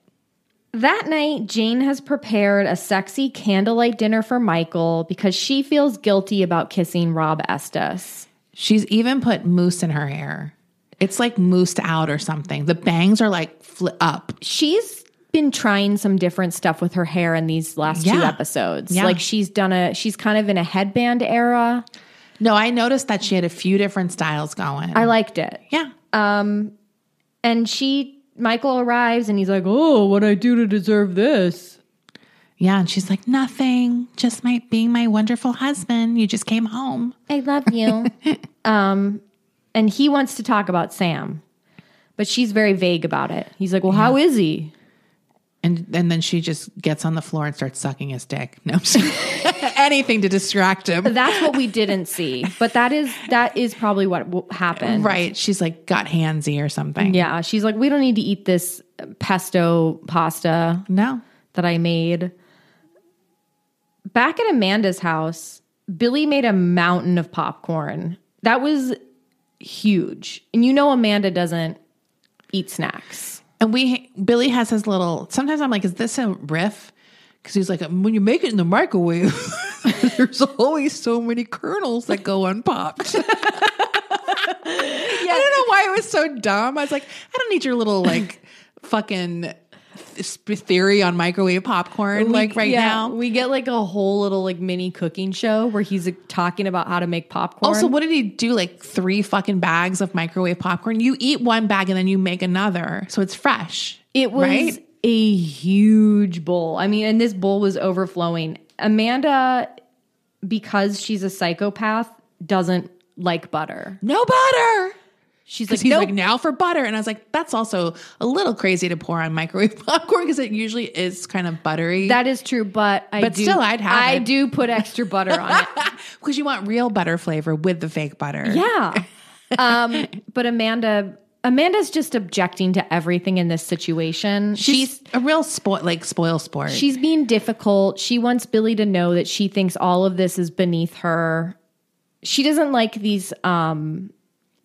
[SPEAKER 4] That night, Jane has prepared a sexy candlelight dinner for Michael because she feels guilty about kissing Rob Estes.
[SPEAKER 5] She's even put mousse in her hair. It's like moosed out or something. The bangs are like fl- up.
[SPEAKER 4] She's been trying some different stuff with her hair in these last two
[SPEAKER 5] Yeah.
[SPEAKER 4] episodes.
[SPEAKER 5] Yeah.
[SPEAKER 4] Like she's done a she's kind of in a headband era.
[SPEAKER 5] No, I noticed that she had a few different styles going.
[SPEAKER 4] I liked it.
[SPEAKER 5] yeah.
[SPEAKER 4] And she, Michael arrives and he's like, Oh, what I do to deserve this.
[SPEAKER 5] Yeah. And she's like, nothing, just my being my wonderful husband. You just came home.
[SPEAKER 4] I love you. um, and he wants to talk about Sam, but she's very vague about it. He's like, Well, how is he?
[SPEAKER 5] And, and then she just gets on the floor and starts sucking his dick. No, I'm just- anything to distract him.
[SPEAKER 4] That's what we didn't see, but that is that is probably what w- happened.
[SPEAKER 5] Right. She's like, got handsy or something.
[SPEAKER 4] Yeah. She's like, We don't need to eat this pesto pasta.
[SPEAKER 5] No.
[SPEAKER 4] that I made. Back at Amanda's house, Billy made a mountain of popcorn. That was huge. And you know Amanda doesn't eat snacks.
[SPEAKER 5] And we, Billy has his little, sometimes I'm like, is this a riff? Because he's like, "Um, when you make it in the microwave, there's always so many kernels that go unpopped. I don't know why it was so dumb. I was like, I don't need your little like fucking th- theory on microwave popcorn like right now.
[SPEAKER 4] we get like a whole little like mini cooking show where he's like, talking about how to make popcorn.
[SPEAKER 5] also, what did he do? Like three fucking bags of microwave popcorn. You eat one bag and then you make another, so it's fresh.
[SPEAKER 4] It was
[SPEAKER 5] right?
[SPEAKER 4] a huge bowl. I mean, and this bowl was overflowing. Amanda, because she's a psychopath, doesn't like butter.
[SPEAKER 5] No butter.
[SPEAKER 4] She's like,
[SPEAKER 5] Because he's
[SPEAKER 4] "Nope."
[SPEAKER 5] like now for butter, and I was like, that's also a little crazy to pour on microwave popcorn because it usually is kind of buttery.
[SPEAKER 4] That is true, but I
[SPEAKER 5] But
[SPEAKER 4] do,
[SPEAKER 5] still, I'd have
[SPEAKER 4] I
[SPEAKER 5] it.
[SPEAKER 4] do put extra butter on it.
[SPEAKER 5] because you want real butter flavor with the fake butter.
[SPEAKER 4] Yeah. Um, but Amanda, Amanda's just objecting to everything in this situation.
[SPEAKER 5] she's,
[SPEAKER 4] She's
[SPEAKER 5] a real spoil, like spoil sport.
[SPEAKER 4] she's being difficult. She wants Billy to know that she thinks all of this is beneath her. She doesn't like these. Um,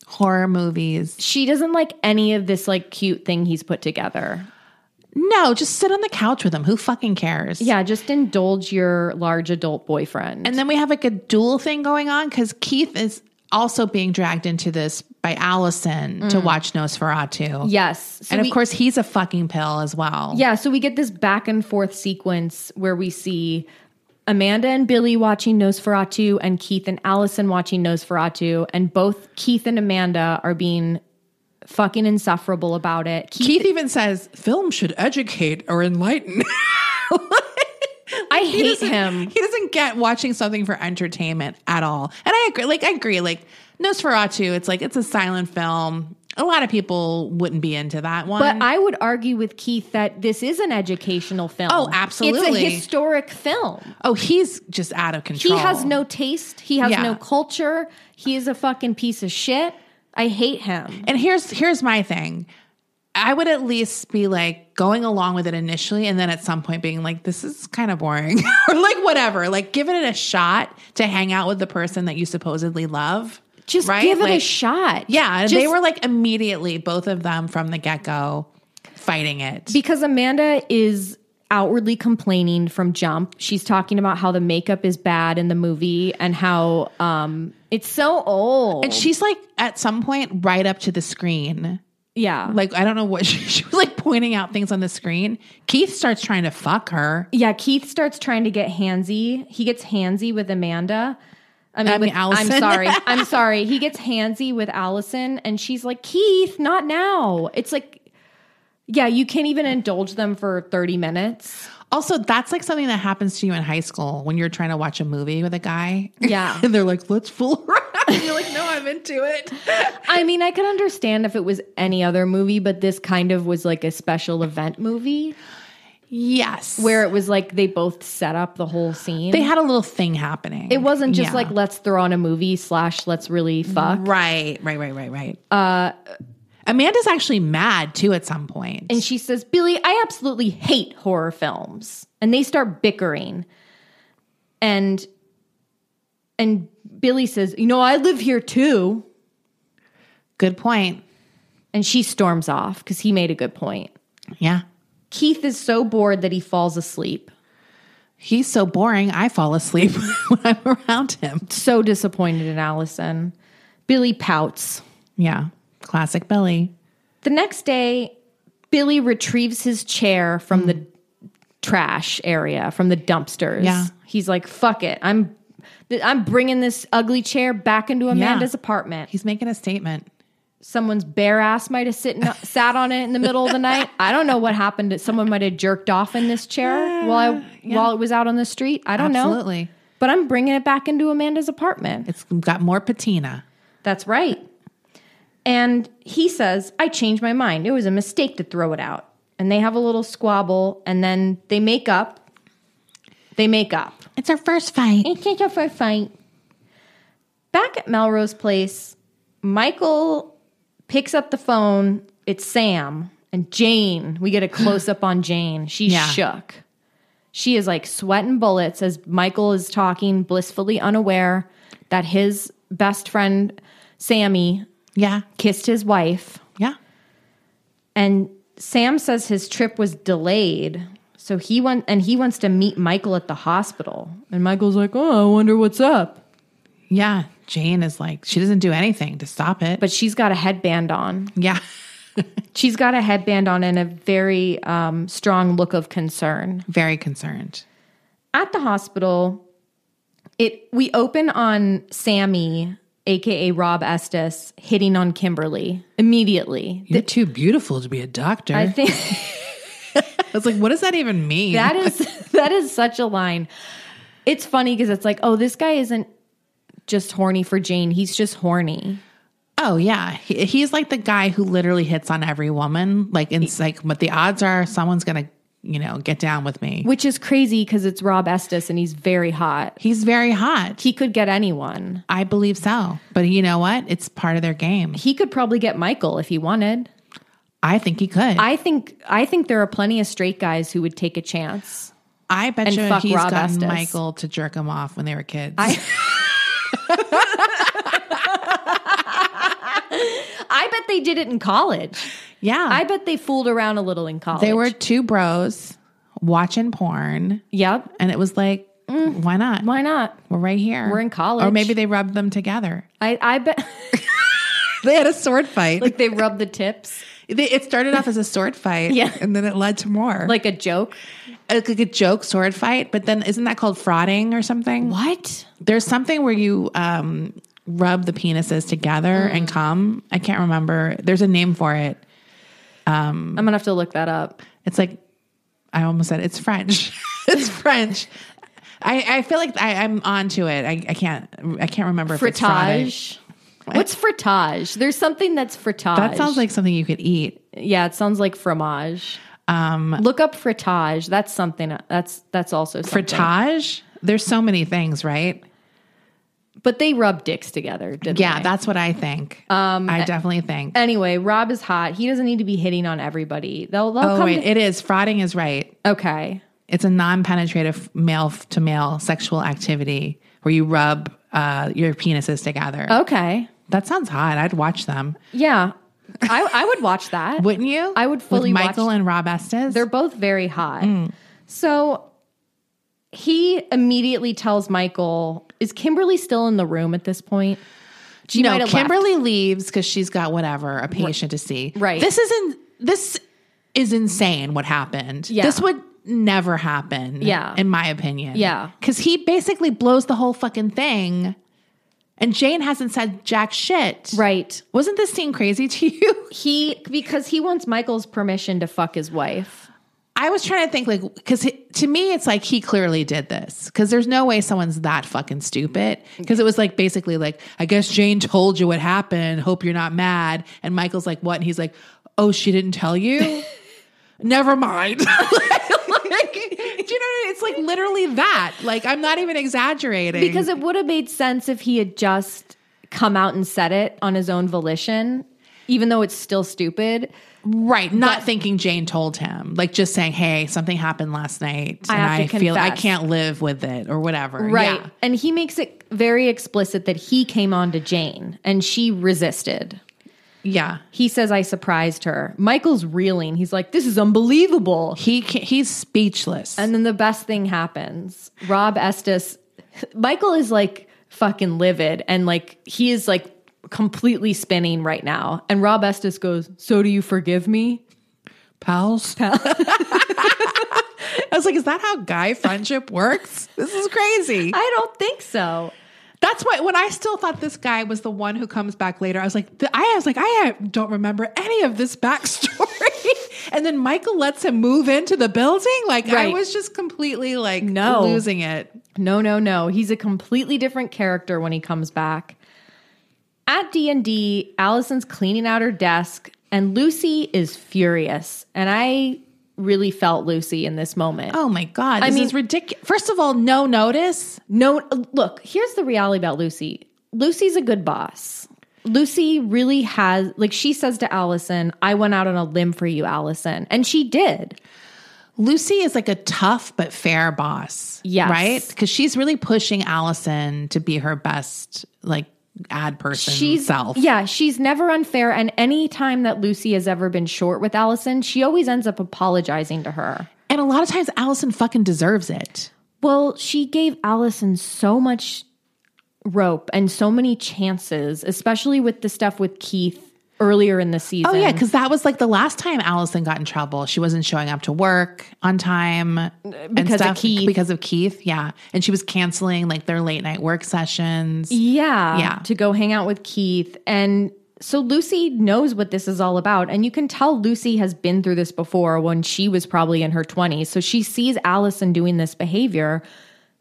[SPEAKER 5] horror movies.
[SPEAKER 4] she doesn't like any of this like cute thing he's put together.
[SPEAKER 5] No, just sit on the couch with him. Who fucking cares?
[SPEAKER 4] Yeah, just indulge your large adult boyfriend.
[SPEAKER 5] And then we have like a dual thing going on because Keith is also being dragged into this by Allison to watch Nosferatu.
[SPEAKER 4] yes, Mm. so
[SPEAKER 5] and
[SPEAKER 4] we-
[SPEAKER 5] of course, he's a fucking pill as well.
[SPEAKER 4] Yeah, so we get this back and forth sequence where we see Amanda and Billy watching Nosferatu and Keith and Allison watching Nosferatu, and both Keith and Amanda are being fucking insufferable about it. Keith,
[SPEAKER 5] Keith even says film should educate or enlighten.
[SPEAKER 4] I
[SPEAKER 5] He
[SPEAKER 4] hate
[SPEAKER 5] doesn't-
[SPEAKER 4] him.
[SPEAKER 5] He doesn't get watching something for entertainment at all. And I agree. Like I agree. Like Nosferatu, it's like it's a silent film. A lot of people wouldn't be into that one.
[SPEAKER 4] But I would argue with Keith that this is an educational film.
[SPEAKER 5] Oh, absolutely.
[SPEAKER 4] It's a historic film.
[SPEAKER 5] oh, he's just out of
[SPEAKER 4] He
[SPEAKER 5] control.
[SPEAKER 4] has no taste, he has
[SPEAKER 5] Yeah.
[SPEAKER 4] no culture, he is a fucking piece of shit. I hate him.
[SPEAKER 5] And here's here's my thing. I would at least be like going along with it initially, and then at some point being like, "This is kind of boring," or like whatever. Like giving it a shot to hang out with the person that you supposedly love.
[SPEAKER 4] Just
[SPEAKER 5] right?
[SPEAKER 4] give it a
[SPEAKER 5] Like-
[SPEAKER 4] shot.
[SPEAKER 5] Yeah,
[SPEAKER 4] Just
[SPEAKER 5] they were like immediately both of them from the get go fighting it.
[SPEAKER 4] because Amanda is outwardly complaining from jump. She's talking about how the makeup is bad in the movie and how um it's so old.
[SPEAKER 5] And she's like at some point right up to the screen.
[SPEAKER 4] yeah.
[SPEAKER 5] Like I don't know what she, she was like pointing out things on the screen. Keith starts trying to fuck her.
[SPEAKER 4] Yeah, Keith starts trying to get handsy. He gets handsy with Amanda. I mean,
[SPEAKER 5] I mean,
[SPEAKER 4] with-
[SPEAKER 5] Allison.
[SPEAKER 4] I'm sorry. I'm sorry. He gets handsy with Allison, and she's like, Keith, not now. It's like, yeah, you can't even indulge them for 30 minutes.
[SPEAKER 5] Also, that's like something that happens to you in high school when you're trying to watch a movie with a guy.
[SPEAKER 4] Yeah.
[SPEAKER 5] and they're like, "Let's fool around." And you're like, "No, I'm into it."
[SPEAKER 4] I mean, I could understand if it was any other movie, but this kind of was like a special event movie
[SPEAKER 5] Yes.
[SPEAKER 4] where it was like they both set up the whole scene.
[SPEAKER 5] they had a little thing happening.
[SPEAKER 4] it wasn't just
[SPEAKER 5] Yeah.
[SPEAKER 4] like let's throw on a movie slash let's really fuck.
[SPEAKER 5] Right, right, right, right, right. Uh, Amanda's actually mad too at some point.
[SPEAKER 4] And she says, Billy, I absolutely hate horror films. And they start bickering. And and Billy says, You know, I live here too.
[SPEAKER 5] Good point.
[SPEAKER 4] And she storms off because he made a good point.
[SPEAKER 5] Yeah.
[SPEAKER 4] Keith is so bored that he falls asleep.
[SPEAKER 5] He's so boring. I fall asleep when I'm around him.
[SPEAKER 4] So disappointed in Allison. Billy pouts.
[SPEAKER 5] Yeah. Classic Billy.
[SPEAKER 4] The next day, Billy retrieves his chair from the trash area, from the dumpsters.
[SPEAKER 5] Yeah.
[SPEAKER 4] He's like, fuck it. I'm th- I'm bringing this ugly chair back into Amanda's apartment.
[SPEAKER 5] He's making a statement.
[SPEAKER 4] Someone's bare ass might have sitting, sat on it in the middle of the night. I don't know what happened. Someone might have jerked off in this chair while I, while it was out on the street. I don't know.
[SPEAKER 5] Absolutely.
[SPEAKER 4] But I'm bringing it back into Amanda's apartment.
[SPEAKER 5] It's got more patina.
[SPEAKER 4] That's right. And he says, I changed my mind. It was a mistake to throw it out. And they have a little squabble and then they make up. They make up.
[SPEAKER 5] It's our first fight.
[SPEAKER 4] And can't go for a fight. Back at Melrose Place, Michael picks up the phone. It's Sam and Jane. We get a close up on Jane. She's
[SPEAKER 5] Yeah.
[SPEAKER 4] shook. She is like sweating bullets as Michael is talking, blissfully unaware that his best friend, Sammy,
[SPEAKER 5] Yeah.
[SPEAKER 4] kissed his wife.
[SPEAKER 5] Yeah.
[SPEAKER 4] And Sam says his trip was delayed. So he went and he wants to meet Michael at the hospital. And Michael's like, Oh, I wonder what's up.
[SPEAKER 5] Yeah. Jane is like, she doesn't do anything to stop it.
[SPEAKER 4] but she's got a headband on.
[SPEAKER 5] yeah.
[SPEAKER 4] She's got a headband on and a very um, strong look of concern.
[SPEAKER 5] Very concerned.
[SPEAKER 4] At the hospital, it we open on Sammy, aka Rob Estes, hitting on Kimberly immediately.
[SPEAKER 5] You're too beautiful to be a doctor.
[SPEAKER 4] I
[SPEAKER 5] I
[SPEAKER 4] think
[SPEAKER 5] was like, what does that even mean?
[SPEAKER 4] that is that is such a line. It's funny because it's like, oh, this guy isn't just horny for Jane. He's just horny.
[SPEAKER 5] Oh yeah, he, he's like the guy who literally hits on every woman. Like it's like, but the odds are someone's gonna, you know, get down with me.
[SPEAKER 4] Which is crazy because it's Rob Estes and he's very hot.
[SPEAKER 5] He's very hot.
[SPEAKER 4] He could get anyone.
[SPEAKER 5] I believe so. But you know what? It's part of their game.
[SPEAKER 4] He could probably get Michael if he wanted.
[SPEAKER 5] I think he could. I,
[SPEAKER 4] I think I think there are plenty of straight guys who would take a chance.
[SPEAKER 5] bet
[SPEAKER 4] and
[SPEAKER 5] you
[SPEAKER 4] fuck
[SPEAKER 5] he's
[SPEAKER 4] Rob
[SPEAKER 5] gotten
[SPEAKER 4] Estes.
[SPEAKER 5] Michael to jerk him off when they were kids.
[SPEAKER 4] I bet they did it in college.
[SPEAKER 5] yeah,
[SPEAKER 4] I bet they fooled around a little in college.
[SPEAKER 5] they were two bros watching porn,
[SPEAKER 4] Yep.
[SPEAKER 5] and it was like, mm, why not?
[SPEAKER 4] Why not?
[SPEAKER 5] We're right here.
[SPEAKER 4] We're in college.
[SPEAKER 5] Or maybe they rubbed them together.
[SPEAKER 4] I I bet
[SPEAKER 5] They had a sword fight.
[SPEAKER 4] like they rubbed the tips
[SPEAKER 5] They, it started off as a sword fight,
[SPEAKER 4] Yeah.
[SPEAKER 5] and then it led to more.
[SPEAKER 4] like a joke.
[SPEAKER 5] like, like a joke sword fight, but then isn't that called frauding or something?
[SPEAKER 4] What?
[SPEAKER 5] There's something where you um, rub the penises together
[SPEAKER 4] Mm.
[SPEAKER 5] and come. I can't remember. There's a name for it.
[SPEAKER 4] I'm gonna have to look that up.
[SPEAKER 5] It's like I almost said it's French. it's French. I, I feel like I, I'm onto it. I, I can't. I can't remember. If it's frauding.
[SPEAKER 4] Frittage. What's frittage? There's something that's frittage.
[SPEAKER 5] That sounds like something you could eat.
[SPEAKER 4] yeah, it sounds like fromage. Um, look up frittage. That's something. That's that's also something.
[SPEAKER 5] Frittage. There's so many things, right?
[SPEAKER 4] But they rub dicks together, didn't
[SPEAKER 5] Yeah,
[SPEAKER 4] they?
[SPEAKER 5] that's what I think. Um,
[SPEAKER 4] uh,
[SPEAKER 5] I definitely think.
[SPEAKER 4] Anyway, Rob is hot. He doesn't need to be hitting on everybody. They'll, they'll
[SPEAKER 5] Oh
[SPEAKER 4] come.
[SPEAKER 5] wait,
[SPEAKER 4] to-
[SPEAKER 5] it is frauding is right.
[SPEAKER 4] okay.
[SPEAKER 5] It's a non-penetrative male to male sexual activity where you rub uh, your penises together.
[SPEAKER 4] Oh. Okay.
[SPEAKER 5] That sounds hot. I'd watch them,
[SPEAKER 4] Yeah. I, I would watch that.
[SPEAKER 5] wouldn't you?
[SPEAKER 4] I would fully
[SPEAKER 5] With Michael
[SPEAKER 4] watch-
[SPEAKER 5] and Rob Estes. Mm.
[SPEAKER 4] They're both very hot. So he immediately tells Michael, "Is Kimberly still in the room at this point?" She might
[SPEAKER 5] no,
[SPEAKER 4] have left.
[SPEAKER 5] Kimberly leaves because she's got whatever a patient to see.
[SPEAKER 4] Right.
[SPEAKER 5] This isn't. This is insane. What happened?
[SPEAKER 4] Yeah.
[SPEAKER 5] This would never happen.
[SPEAKER 4] Yeah.
[SPEAKER 5] In my opinion.
[SPEAKER 4] Yeah.
[SPEAKER 5] Because he basically blows the whole fucking thing, and Jane hasn't said jack shit.
[SPEAKER 4] Right.
[SPEAKER 5] Wasn't this scene crazy to you?
[SPEAKER 4] He because he wants Michael's permission to fuck his wife.
[SPEAKER 5] I was trying to think, like, because to me, it's like he clearly did this because there's no way someone's that fucking stupid. Because it was like basically, like, I guess Jane told you what happened. Hope you're not mad. And Michael's like, what? And he's like, oh, she didn't tell you? Never mind. like, do you know what I mean? It's like literally that. Like, I'm not even exaggerating.
[SPEAKER 4] Because it would have made sense if he had just come out and said it on his own volition, even though it's still stupid.
[SPEAKER 5] right. Not thinking Jane told him, like, just saying, hey, something happened last night.
[SPEAKER 4] I
[SPEAKER 5] and
[SPEAKER 4] have
[SPEAKER 5] I
[SPEAKER 4] to
[SPEAKER 5] feel I
[SPEAKER 4] confess.
[SPEAKER 5] can't live with it or whatever.
[SPEAKER 4] Right.
[SPEAKER 5] Yeah.
[SPEAKER 4] And he makes it very explicit that he came on to Jane and she resisted.
[SPEAKER 5] yeah.
[SPEAKER 4] He says, I surprised her. Michael's reeling. He's like, this is unbelievable.
[SPEAKER 5] He can, he's speechless.
[SPEAKER 4] And then the best thing happens. Rob Estes, Michael is like fucking livid and like he is like completely spinning right now. And Rob Estes goes, So do you forgive me?
[SPEAKER 5] pals. I was like, is that how guy friendship works? This is crazy.
[SPEAKER 4] I don't think so.
[SPEAKER 5] That's why when I still thought this guy was the one who comes back later, I was like, th- I was like, I uh, don't remember any of this backstory. and then Michael lets him move into the building. Like I
[SPEAKER 4] Right.
[SPEAKER 5] was just completely like
[SPEAKER 4] No.
[SPEAKER 5] losing it.
[SPEAKER 4] No, no, no. He's a completely different character when he comes back. At D&D, Allison's cleaning out her desk and Lucy is furious. And I really felt Lucy in this moment.
[SPEAKER 5] Oh my god, this
[SPEAKER 4] mean-
[SPEAKER 5] is ridiculous. First of all, no notice.
[SPEAKER 4] No, look, here's the reality about Lucy. Lucy's a good boss. Lucy really has, like, she says to Allison, I went out on a limb for you, Allison. And she did.
[SPEAKER 5] Lucy is like a tough but fair boss.
[SPEAKER 4] Yes.
[SPEAKER 5] Right? Because she's really pushing Allison to be her best, like, ad person
[SPEAKER 4] She's,
[SPEAKER 5] self.
[SPEAKER 4] yeah, she's never unfair. And any time that Lucy has ever been short with Allison, she always ends up apologizing to her.
[SPEAKER 5] And a lot of times Allison fucking deserves it.
[SPEAKER 4] Well, she gave Allison so much rope and so many chances, especially with the stuff with Keith earlier in the season.
[SPEAKER 5] Oh, yeah. Because that was like the last time Allison got in trouble. She wasn't showing up to work on time because
[SPEAKER 4] of Keith.
[SPEAKER 5] Because of Keith. Yeah. And she was canceling like their late night work sessions.
[SPEAKER 4] Yeah.
[SPEAKER 5] Yeah.
[SPEAKER 4] To go hang out with Keith. And so Lucy knows what this is all about. And you can tell Lucy has been through this before when she was probably in her 20s. So she sees Allison doing this behavior.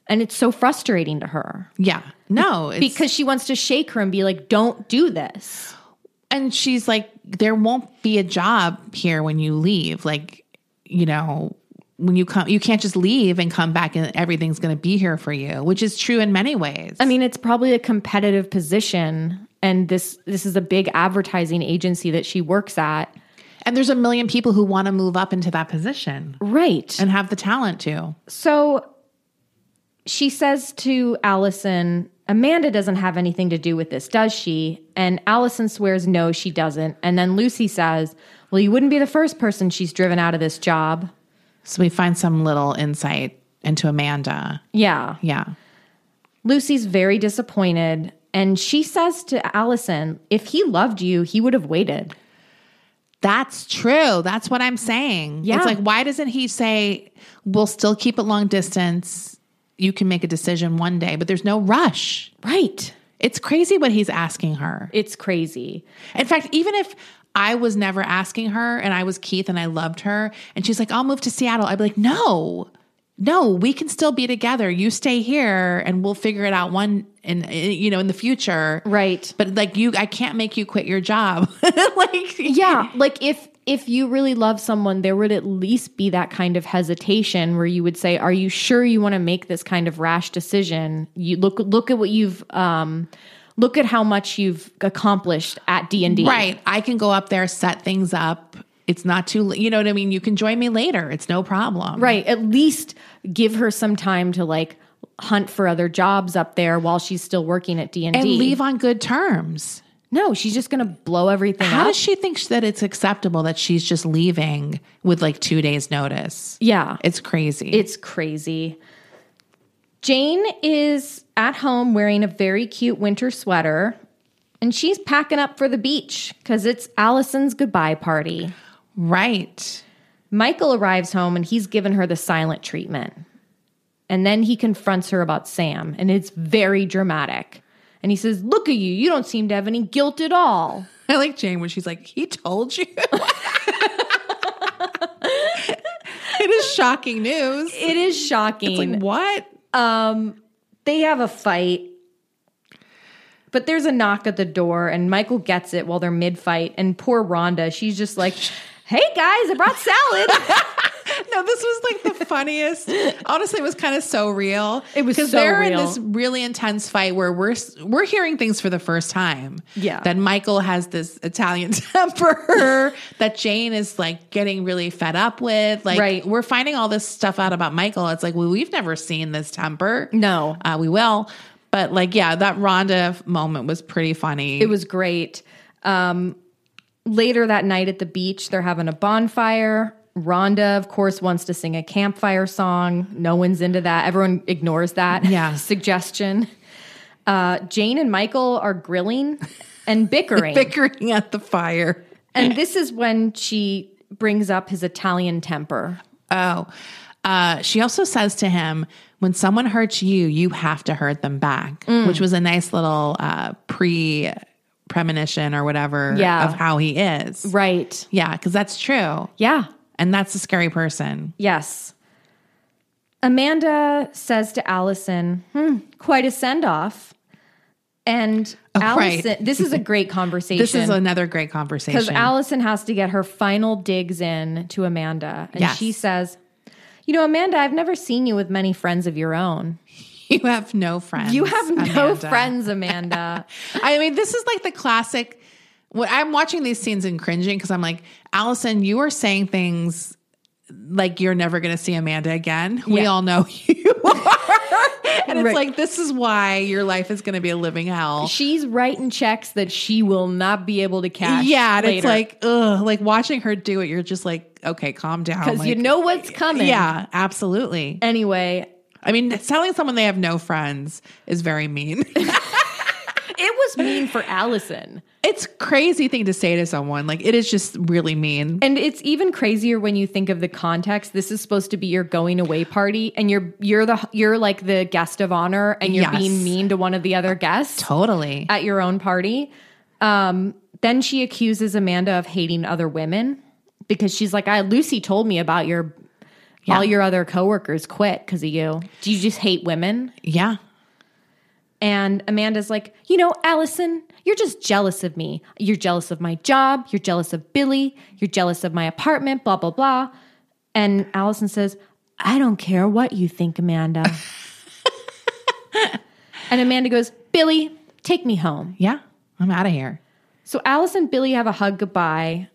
[SPEAKER 4] And it's so frustrating to her
[SPEAKER 5] Yeah. No. It's,
[SPEAKER 4] because she wants to shake her and be like, don't do this.
[SPEAKER 5] and she's like there won't be a job here when you leave like you know when you come you can't just leave and come back and everything's going to be here for you which is true in many ways
[SPEAKER 4] I mean, it's probably a competitive position. And this this is a big advertising agency that she works at.
[SPEAKER 5] and there's a million people who want to move up into that position
[SPEAKER 4] Right.
[SPEAKER 5] and have the talent to
[SPEAKER 4] So she says to Allison, Amanda doesn't have anything to do with this, does she? And Allison swears, no, she doesn't. And then Lucy says, Well, you wouldn't be the first person she's driven out of this job.
[SPEAKER 5] so we find some little insight into amanda
[SPEAKER 4] Yeah.
[SPEAKER 5] yeah
[SPEAKER 4] Lucy's very disappointed. And she says to Allison, If he loved you, he would have waited.
[SPEAKER 5] that's true that's what i'm saying
[SPEAKER 4] Yeah.
[SPEAKER 5] it's like why doesn't he say we'll still keep it long distance you can make a decision one day but there's no rush
[SPEAKER 4] Right.
[SPEAKER 5] It's crazy what he's asking her.
[SPEAKER 4] It's crazy.
[SPEAKER 5] In fact, even if I was never asking her and I was Keith and I loved her and she's like, I'll move to Seattle, I'd be like, no, no, we can still be together. You stay here and we'll figure it out one in, you know, in the future.
[SPEAKER 4] Right.
[SPEAKER 5] But like you, I can't make you quit your job. like,
[SPEAKER 4] Yeah, like if if you really love someone, there would at least be that kind of hesitation where you would say, "Are you sure you want to make this kind of rash decision? You look look at what you've um look at how much you've accomplished at D&D."
[SPEAKER 5] Right. I can go up there, set things up. It's not too, la- you know what I mean? You can join me later. It's no problem.
[SPEAKER 4] Right, at least give her some time to like hunt for other jobs up there while she's still working at D&D.
[SPEAKER 5] And leave on good terms.
[SPEAKER 4] No, she's just going to blow everything
[SPEAKER 5] How
[SPEAKER 4] up.
[SPEAKER 5] does she think that it's acceptable that she's just leaving with like two days' notice?
[SPEAKER 4] yeah.
[SPEAKER 5] It's crazy.
[SPEAKER 4] It's crazy. Jane is at home wearing a very cute winter sweater and she's packing up for the beach because it's Allison's goodbye party.
[SPEAKER 5] right.
[SPEAKER 4] Michael arrives home and he's given her the silent treatment. And then he confronts her about Sam and it's very dramatic. And he says, Look at you, you don't seem to have any guilt at all.
[SPEAKER 5] I like Jane when she's like, he told you. it is shocking news.
[SPEAKER 4] It is shocking.
[SPEAKER 5] It's like, what?
[SPEAKER 4] Um, they have a fight. But there's a knock at the door, and Michael gets it while they're mid fight. And poor Rhonda, she's just like, hey guys, I brought salad.
[SPEAKER 5] No, this was like the funniest. Honestly, it was kind of so real.
[SPEAKER 4] It was so
[SPEAKER 5] they're in
[SPEAKER 4] real.
[SPEAKER 5] this really intense fight where we're we're hearing things for the first time.
[SPEAKER 4] Yeah.
[SPEAKER 5] that Michael has this Italian temper that Jane is like getting really fed up with. Like
[SPEAKER 4] Right.
[SPEAKER 5] we're finding all this stuff out about Michael. It's like well, we've never seen this temper.
[SPEAKER 4] No.
[SPEAKER 5] uh, we will. But like, yeah, that Rhonda f- moment was pretty funny.
[SPEAKER 4] it was great. Um, later that night at the beach, they're having a bonfire. Rhonda, of course, wants to sing a campfire song. No one's into that. Everyone ignores that
[SPEAKER 5] Yeah.
[SPEAKER 4] suggestion. Uh, Jane and Michael are grilling and bickering.
[SPEAKER 5] bickering at the fire.
[SPEAKER 4] and this is when she brings up his Italian temper.
[SPEAKER 5] Oh. Uh, she also says to him, when someone hurts you, you have to hurt them back,
[SPEAKER 4] Mm.
[SPEAKER 5] which was a nice little uh, pre premonition or whatever
[SPEAKER 4] Yeah.
[SPEAKER 5] of how he is.
[SPEAKER 4] Right.
[SPEAKER 5] Yeah, because that's true.
[SPEAKER 4] Yeah.
[SPEAKER 5] And that's a scary person.
[SPEAKER 4] Yes. Amanda says to Allison, hmm, quite a send off. And
[SPEAKER 5] Oh, right.
[SPEAKER 4] Allison, this is a great conversation.
[SPEAKER 5] This is another great conversation.
[SPEAKER 4] Because Allison has to get her final digs in to Amanda. And
[SPEAKER 5] Yes.
[SPEAKER 4] she says, You know, Amanda, I've never seen you with many friends of your own.
[SPEAKER 5] you have no friends.
[SPEAKER 4] You have no
[SPEAKER 5] Amanda.
[SPEAKER 4] friends, Amanda.
[SPEAKER 5] I mean, this is like the classic. What I'm watching these scenes and cringing because I'm like, Allison, you are saying things like you're never going to see Amanda again. We
[SPEAKER 4] Yeah.
[SPEAKER 5] all know you are, and
[SPEAKER 4] Right.
[SPEAKER 5] it's like this is why your life is going to be a living hell.
[SPEAKER 4] She's writing checks that she will not be able to cash.
[SPEAKER 5] Yeah, and it's
[SPEAKER 4] later.
[SPEAKER 5] like, ugh, like watching her do it. You're just like, okay, calm down,
[SPEAKER 4] because you
[SPEAKER 5] like-
[SPEAKER 4] know what's coming.
[SPEAKER 5] Yeah, absolutely.
[SPEAKER 4] Anyway,
[SPEAKER 5] I mean, telling someone they have no friends is very mean.
[SPEAKER 4] it was mean for Allison.
[SPEAKER 5] it's a crazy thing to say to someone. Like, it is just really mean.
[SPEAKER 4] And it's even crazier when you think of the context. This is supposed to be your going away party and you're you're the you're like the guest of honor and you're
[SPEAKER 5] Yes.
[SPEAKER 4] being mean to one of the other guests
[SPEAKER 5] Totally.
[SPEAKER 4] at your own party. Um, then she accuses Amanda of hating other women because she's like, "I Lucy told me about your all your other coworkers quit because of you. Do you just hate women?"
[SPEAKER 5] Yeah.
[SPEAKER 4] And Amanda's like, you know, Allison, you're just jealous of me. You're jealous of my job. You're jealous of Billy. You're jealous of my apartment, blah, blah, blah. And Allison says, I don't care what you think, Amanda. and Amanda goes, Billy, take me home.
[SPEAKER 5] Yeah. I'm out of here.
[SPEAKER 4] So Alice and Billy have a hug goodbye.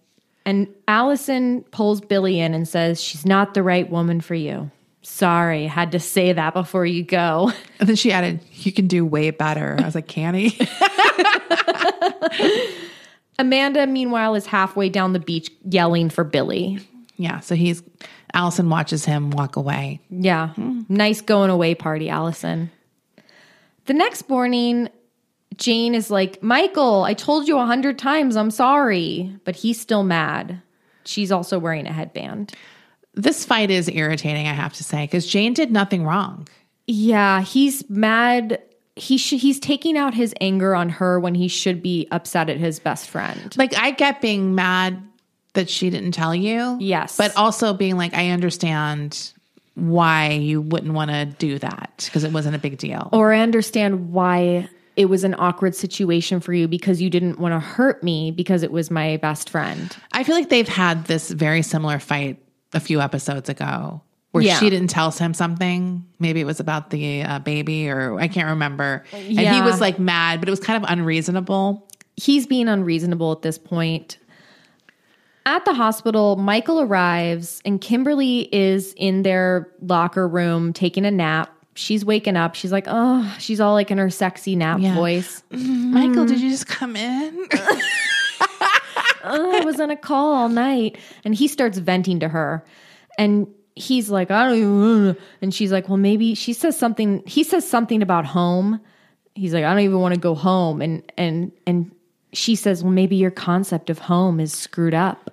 [SPEAKER 4] And Allison pulls Billy in and says, She's not the right woman for you. Sorry, had to say that before you go.
[SPEAKER 5] And then she added, You can do way better. I was like, Can he?
[SPEAKER 4] Amanda, meanwhile, is halfway down the beach yelling for Billy.
[SPEAKER 5] yeah. So he's, Allison watches him walk away.
[SPEAKER 4] Yeah. Hmm. Nice going away party, Allison. The next morning, Jane is like, Michael, I told you a hundred times, I'm sorry. But he's still mad. She's also wearing a headband.
[SPEAKER 5] This fight is irritating, I have to say, because Jane did nothing wrong.
[SPEAKER 4] Yeah, he's mad. He sh- he's taking out his anger on her when he should be upset at his best friend.
[SPEAKER 5] Like, I get being mad that she didn't tell you.
[SPEAKER 4] Yes.
[SPEAKER 5] But also being like, I understand why you wouldn't want to do that because it wasn't a big deal.
[SPEAKER 4] Or I understand why it was an awkward situation for you because you didn't want to hurt me because it was my best friend.
[SPEAKER 5] I feel like they've had this very similar fight a few episodes ago where
[SPEAKER 4] Yeah.
[SPEAKER 5] she didn't tell him something. Maybe it was about the uh, baby or I can't remember. And he
[SPEAKER 4] Yeah.
[SPEAKER 5] was like mad, but it was kind of unreasonable.
[SPEAKER 4] he's being unreasonable at this point. At the hospital, Michael arrives and Kimberly is in their locker room taking a nap. she's waking up. She's like, oh, she's all like in her sexy nap
[SPEAKER 5] Yeah.
[SPEAKER 4] voice.
[SPEAKER 5] Michael, did you just come in?
[SPEAKER 4] oh, I was on a call all night. And he starts venting to her. And he's like, I don't even and she's like, Well, maybe she says something he says something about home. He's like, I don't even want to go home. And and and she says, Well, maybe your concept of home is screwed up.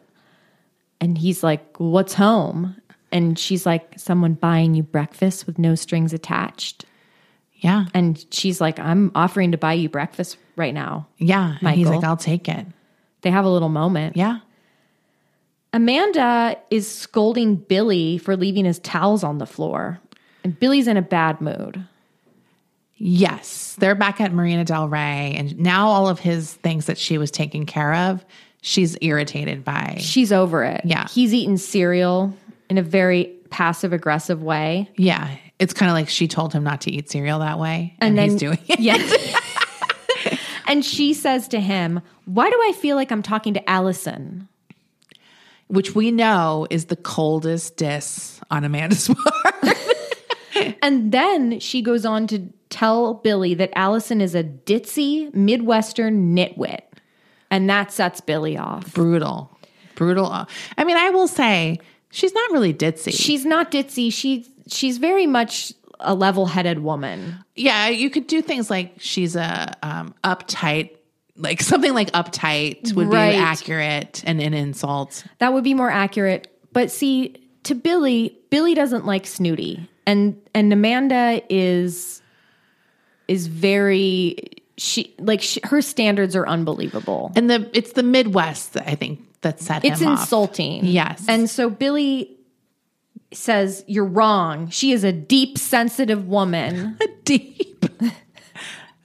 [SPEAKER 4] And he's like, What's home? And she's like, Someone buying you breakfast with no strings attached.
[SPEAKER 5] yeah.
[SPEAKER 4] And she's like, I'm offering to buy you breakfast right now.
[SPEAKER 5] Yeah. And he's
[SPEAKER 4] Michael.
[SPEAKER 5] like, I'll take it.
[SPEAKER 4] They have a little moment.
[SPEAKER 5] Yeah.
[SPEAKER 4] Amanda is scolding Billy for leaving his towels on the floor. And Billy's in a bad mood.
[SPEAKER 5] Yes. They're back at Marina Del Rey. And now all of his things that she was taking care of, she's irritated by.
[SPEAKER 4] She's over it.
[SPEAKER 5] Yeah.
[SPEAKER 4] He's eating cereal in a very passive aggressive way.
[SPEAKER 5] Yeah. It's kind of like she told him not to eat cereal that way.
[SPEAKER 4] And
[SPEAKER 5] And,
[SPEAKER 4] then-
[SPEAKER 5] he's doing it.
[SPEAKER 4] Yes. and she says to him, Why do I feel like I'm talking to Allison?
[SPEAKER 5] Which we know is the coldest diss on Amanda's part.
[SPEAKER 4] And then she goes on to tell Billy that Allison is a ditzy Midwestern nitwit. And that sets Billy off.
[SPEAKER 5] Brutal. Brutal. I mean, I will say she's not really ditzy.
[SPEAKER 4] She's not ditzy. She she's very much a level-headed woman.
[SPEAKER 5] yeah, you could do things like she's a um, uptight, like something like uptight would
[SPEAKER 4] Right.
[SPEAKER 5] be accurate and an insult.
[SPEAKER 4] That would be more accurate. But see, to Billy, Billy doesn't like snooty, and and Amanda is is very she like she, her standards are unbelievable.
[SPEAKER 5] And the it's the Midwest, that I think, that set
[SPEAKER 4] It's
[SPEAKER 5] him off.
[SPEAKER 4] insulting.
[SPEAKER 5] Yes.
[SPEAKER 4] and so Billy says you're wrong. She is a deep, sensitive woman.
[SPEAKER 5] deep.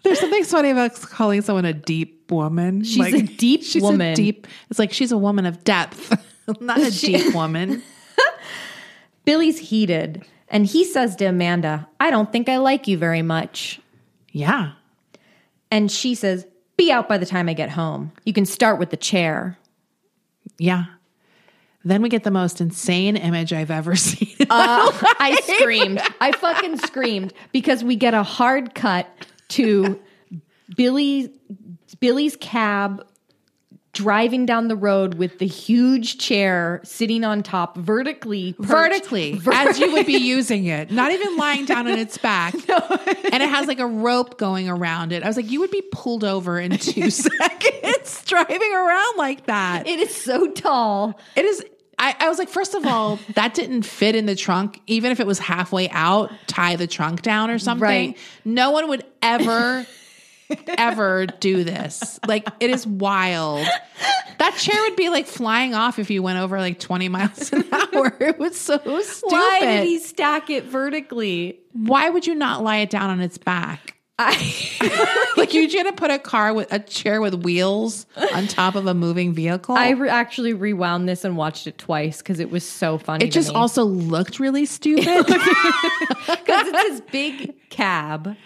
[SPEAKER 5] There's something funny about calling someone a deep woman. She's
[SPEAKER 4] a deep
[SPEAKER 5] she's
[SPEAKER 4] woman.
[SPEAKER 5] A deep. It's like she's a woman of depth, not a deep woman.
[SPEAKER 4] Billy's heated, and he says to Amanda, "I don't think I like you very much."
[SPEAKER 5] Yeah.
[SPEAKER 4] And she says, "Be out by the time I get home. You can start with the chair."
[SPEAKER 5] Yeah. Then we get the most insane image I've ever seen.
[SPEAKER 4] I screamed. I fucking screamed because we get a hard cut to Billy Billy's cab driving down the road with the huge chair sitting on top vertically perched.
[SPEAKER 5] vertically as you would be using it, not even lying down on its back. and it has like a rope going around it. I was like, you would be pulled over in two seconds driving around like that.
[SPEAKER 4] It is so tall.
[SPEAKER 5] it is. I, I was like, first of all, that didn't fit in the trunk. Even if it was halfway out, tie the trunk down or something.
[SPEAKER 4] Right.
[SPEAKER 5] No one would ever, ever do this. Like, it is wild. That chair would be like flying off if you went over like 20 miles an hour. It was so stupid.
[SPEAKER 4] Why did he stack it vertically?
[SPEAKER 5] Why would you not lie it down on its back?
[SPEAKER 4] I
[SPEAKER 5] Like you're gonna put a car with a chair with wheels on top of a moving vehicle.
[SPEAKER 4] I re- actually rewound this and watched it twice because it was so funny.
[SPEAKER 5] it just also looked really stupid.
[SPEAKER 4] because it's his big cab.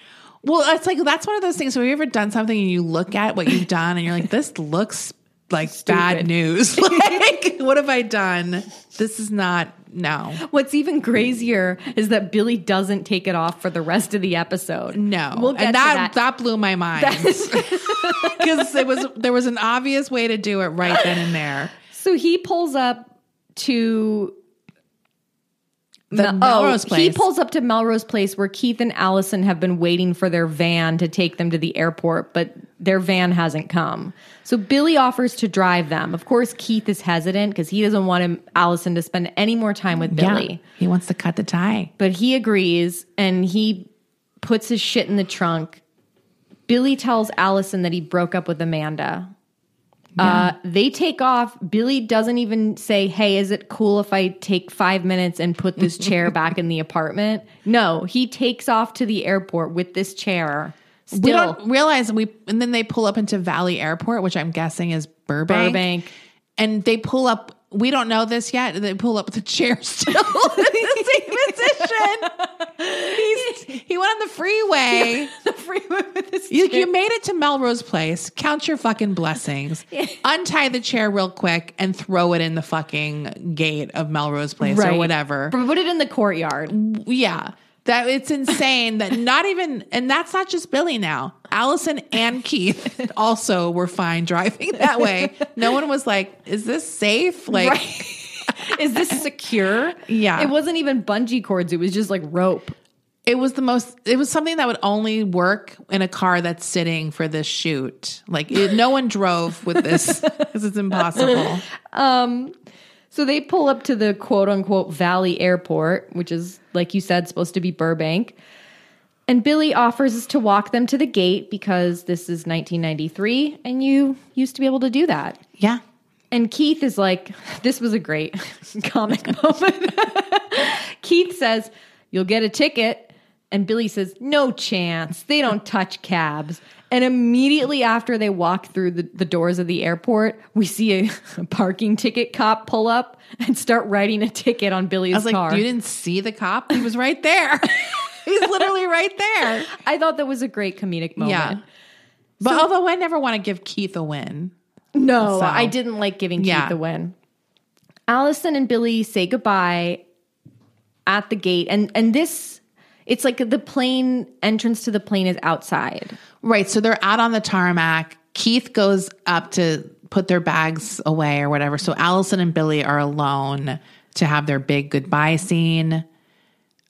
[SPEAKER 5] well, it's like that's one of those things. Have you ever done something and you look at what you've done and you're like, this looks like bad news. Like, what have I done? This is not no.
[SPEAKER 4] What's even crazier is that Billy doesn't take it off for the rest of the episode.
[SPEAKER 5] No.
[SPEAKER 4] We'll get
[SPEAKER 5] and
[SPEAKER 4] to
[SPEAKER 5] that,
[SPEAKER 4] that.
[SPEAKER 5] blew my mind. Because it was there was an obvious way to do it right then and there.
[SPEAKER 4] So he pulls up to
[SPEAKER 5] The Melrose
[SPEAKER 4] oh, he
[SPEAKER 5] place.
[SPEAKER 4] pulls up to Melrose Place where Keith and Allison have been waiting for their van to take them to the airport, but their van hasn't come. So Billy offers to drive them. Of course, Keith is hesitant because he doesn't want him, Allison to spend any more time with Billy.
[SPEAKER 5] Yeah. He wants to cut the tie.
[SPEAKER 4] But he agrees and he puts his shit in the trunk. Billy tells Allison that he broke up with Amanda. Uh, they take off. Billy doesn't even say, Hey, is it cool if I take five minutes and put this chair back in the apartment? No, he takes off to the airport with this chair. Still,
[SPEAKER 5] We don't realize we, and then they pull up into Valley Airport, which I'm guessing is Burbank.
[SPEAKER 4] Burbank.
[SPEAKER 5] and they pull up. We don't know this yet. They pull up the chair still in the same position. He's, he went on the freeway.
[SPEAKER 4] the freeway with this
[SPEAKER 5] You, you made it to Melrose Place. Count your fucking blessings. Untie the chair real quick and throw it in the fucking gate of Melrose Place or whatever.
[SPEAKER 4] But put it in the courtyard.
[SPEAKER 5] Yeah. That it's insane that not even and that's not just Billy now. Allison and Keith also were fine driving that way. No one was like, "Is this safe?" Like,
[SPEAKER 4] Is this secure?
[SPEAKER 5] Yeah.
[SPEAKER 4] It wasn't even bungee cords, it was just like rope.
[SPEAKER 5] it was the most it was something that would only work in a car that's sitting for this shoot like it, no one drove with this because it's impossible
[SPEAKER 4] So they pull up to the quote unquote Valley Airport, which is, like you said, supposed to be Burbank. And Billy offers to walk them to the gate because this is 1993 and you used to be able to do that.
[SPEAKER 5] yeah
[SPEAKER 4] And Keith is like, this was a great comic moment. Keith says, You'll get a ticket. And Billy says, No chance. They don't touch cabs. And immediately after they walk through the, the doors of the airport, we see a, a parking ticket cop pull up and start writing a ticket on Billy's
[SPEAKER 5] i was like
[SPEAKER 4] car.
[SPEAKER 5] you didn't see the cop he was right there he's literally right there
[SPEAKER 4] I thought that was a great comedic moment.
[SPEAKER 5] yeah but although i never want to give keith a win
[SPEAKER 4] No,
[SPEAKER 5] So-
[SPEAKER 4] I didn't like giving
[SPEAKER 5] Yeah.
[SPEAKER 4] Keith the win. Allison and Billy say goodbye at the gate, and and this it's like the plane entrance to the plane is outside.
[SPEAKER 5] right so they're out on the tarmac keith goes up to put their bags away or whatever so allison and billy are alone to have their big goodbye scene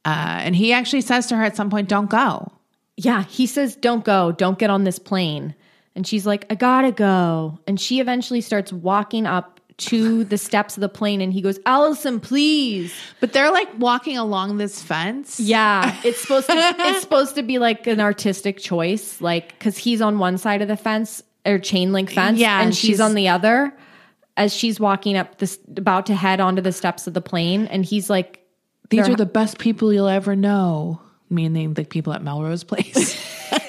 [SPEAKER 5] uh, and he actually says to her at some point don't go
[SPEAKER 4] Yeah, he says, "Don't go, don't get on this plane," and she's like, "I gotta go," and she eventually starts walking up to the steps of the plane, and he goes, "Allison, please."
[SPEAKER 5] But they're like walking along this fence.
[SPEAKER 4] Yeah, it's supposed to it's supposed to be like an artistic choice, like because he's on one side of the fence or chain link fence,
[SPEAKER 5] Yeah,
[SPEAKER 4] and
[SPEAKER 5] and
[SPEAKER 4] she's
[SPEAKER 5] she's-
[SPEAKER 4] on the other. As she's walking up this, about to head onto the steps of the plane, and he's like,
[SPEAKER 5] These are the best people you'll ever know, meaning the people at Melrose Place.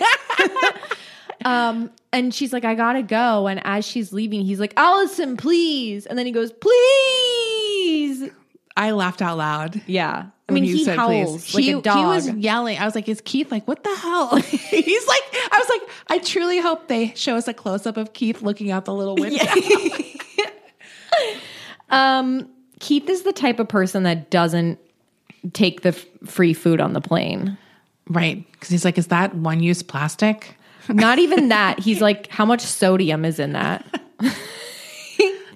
[SPEAKER 4] and she's like, I gotta go. And as she's leaving, he's like, Allison, please. And then he goes, please.
[SPEAKER 5] I laughed out loud.
[SPEAKER 4] Yeah, I
[SPEAKER 5] when
[SPEAKER 4] mean, he,
[SPEAKER 5] said
[SPEAKER 4] howls
[SPEAKER 5] please.
[SPEAKER 4] like
[SPEAKER 5] he,
[SPEAKER 4] a dog.
[SPEAKER 5] He was yelling. I was like, is Keith like, what the hell? He's like, I was like, I truly hope they show us a close up of Keith looking out the little window.
[SPEAKER 4] Keith is the type of person that doesn't take the f- free food on the plane.
[SPEAKER 5] Right. Because he's like, is that one use plastic?
[SPEAKER 4] Not even that. He's like, how much sodium is in that?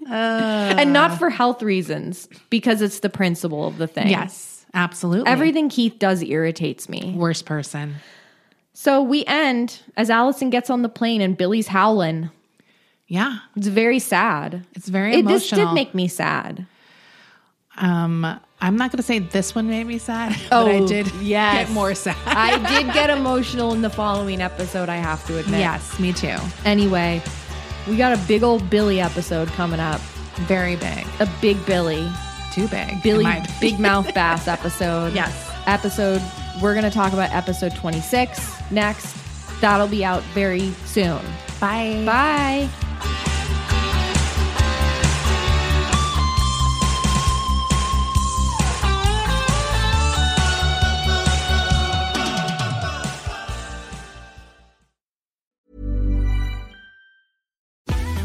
[SPEAKER 4] and not for health reasons, because it's the principle of the thing.
[SPEAKER 5] Yes, absolutely.
[SPEAKER 4] Everything Keith does irritates me.
[SPEAKER 5] worst person.
[SPEAKER 4] So we end as Allison gets on the plane and Billy's howling.
[SPEAKER 5] Yeah.
[SPEAKER 4] It's very sad.
[SPEAKER 5] It's very
[SPEAKER 4] It,
[SPEAKER 5] emotional.
[SPEAKER 4] this did make me sad.
[SPEAKER 5] Um, I'm not going to say this one made me sad, but I
[SPEAKER 4] Oh,
[SPEAKER 5] did
[SPEAKER 4] yes.
[SPEAKER 5] get more sad.
[SPEAKER 4] I did get emotional in the following episode, I have to admit.
[SPEAKER 5] Yes, me too.
[SPEAKER 4] Anyway, we got a big old Billy episode coming up.
[SPEAKER 5] Very big,
[SPEAKER 4] A big Billy.
[SPEAKER 5] too big.
[SPEAKER 4] Billy
[SPEAKER 5] in my opinion.
[SPEAKER 4] Big Mouth Bass episode.
[SPEAKER 5] Yes.
[SPEAKER 4] Episode, we're going to talk about episode 26 next. That'll be out very soon.
[SPEAKER 5] Bye.
[SPEAKER 4] Bye.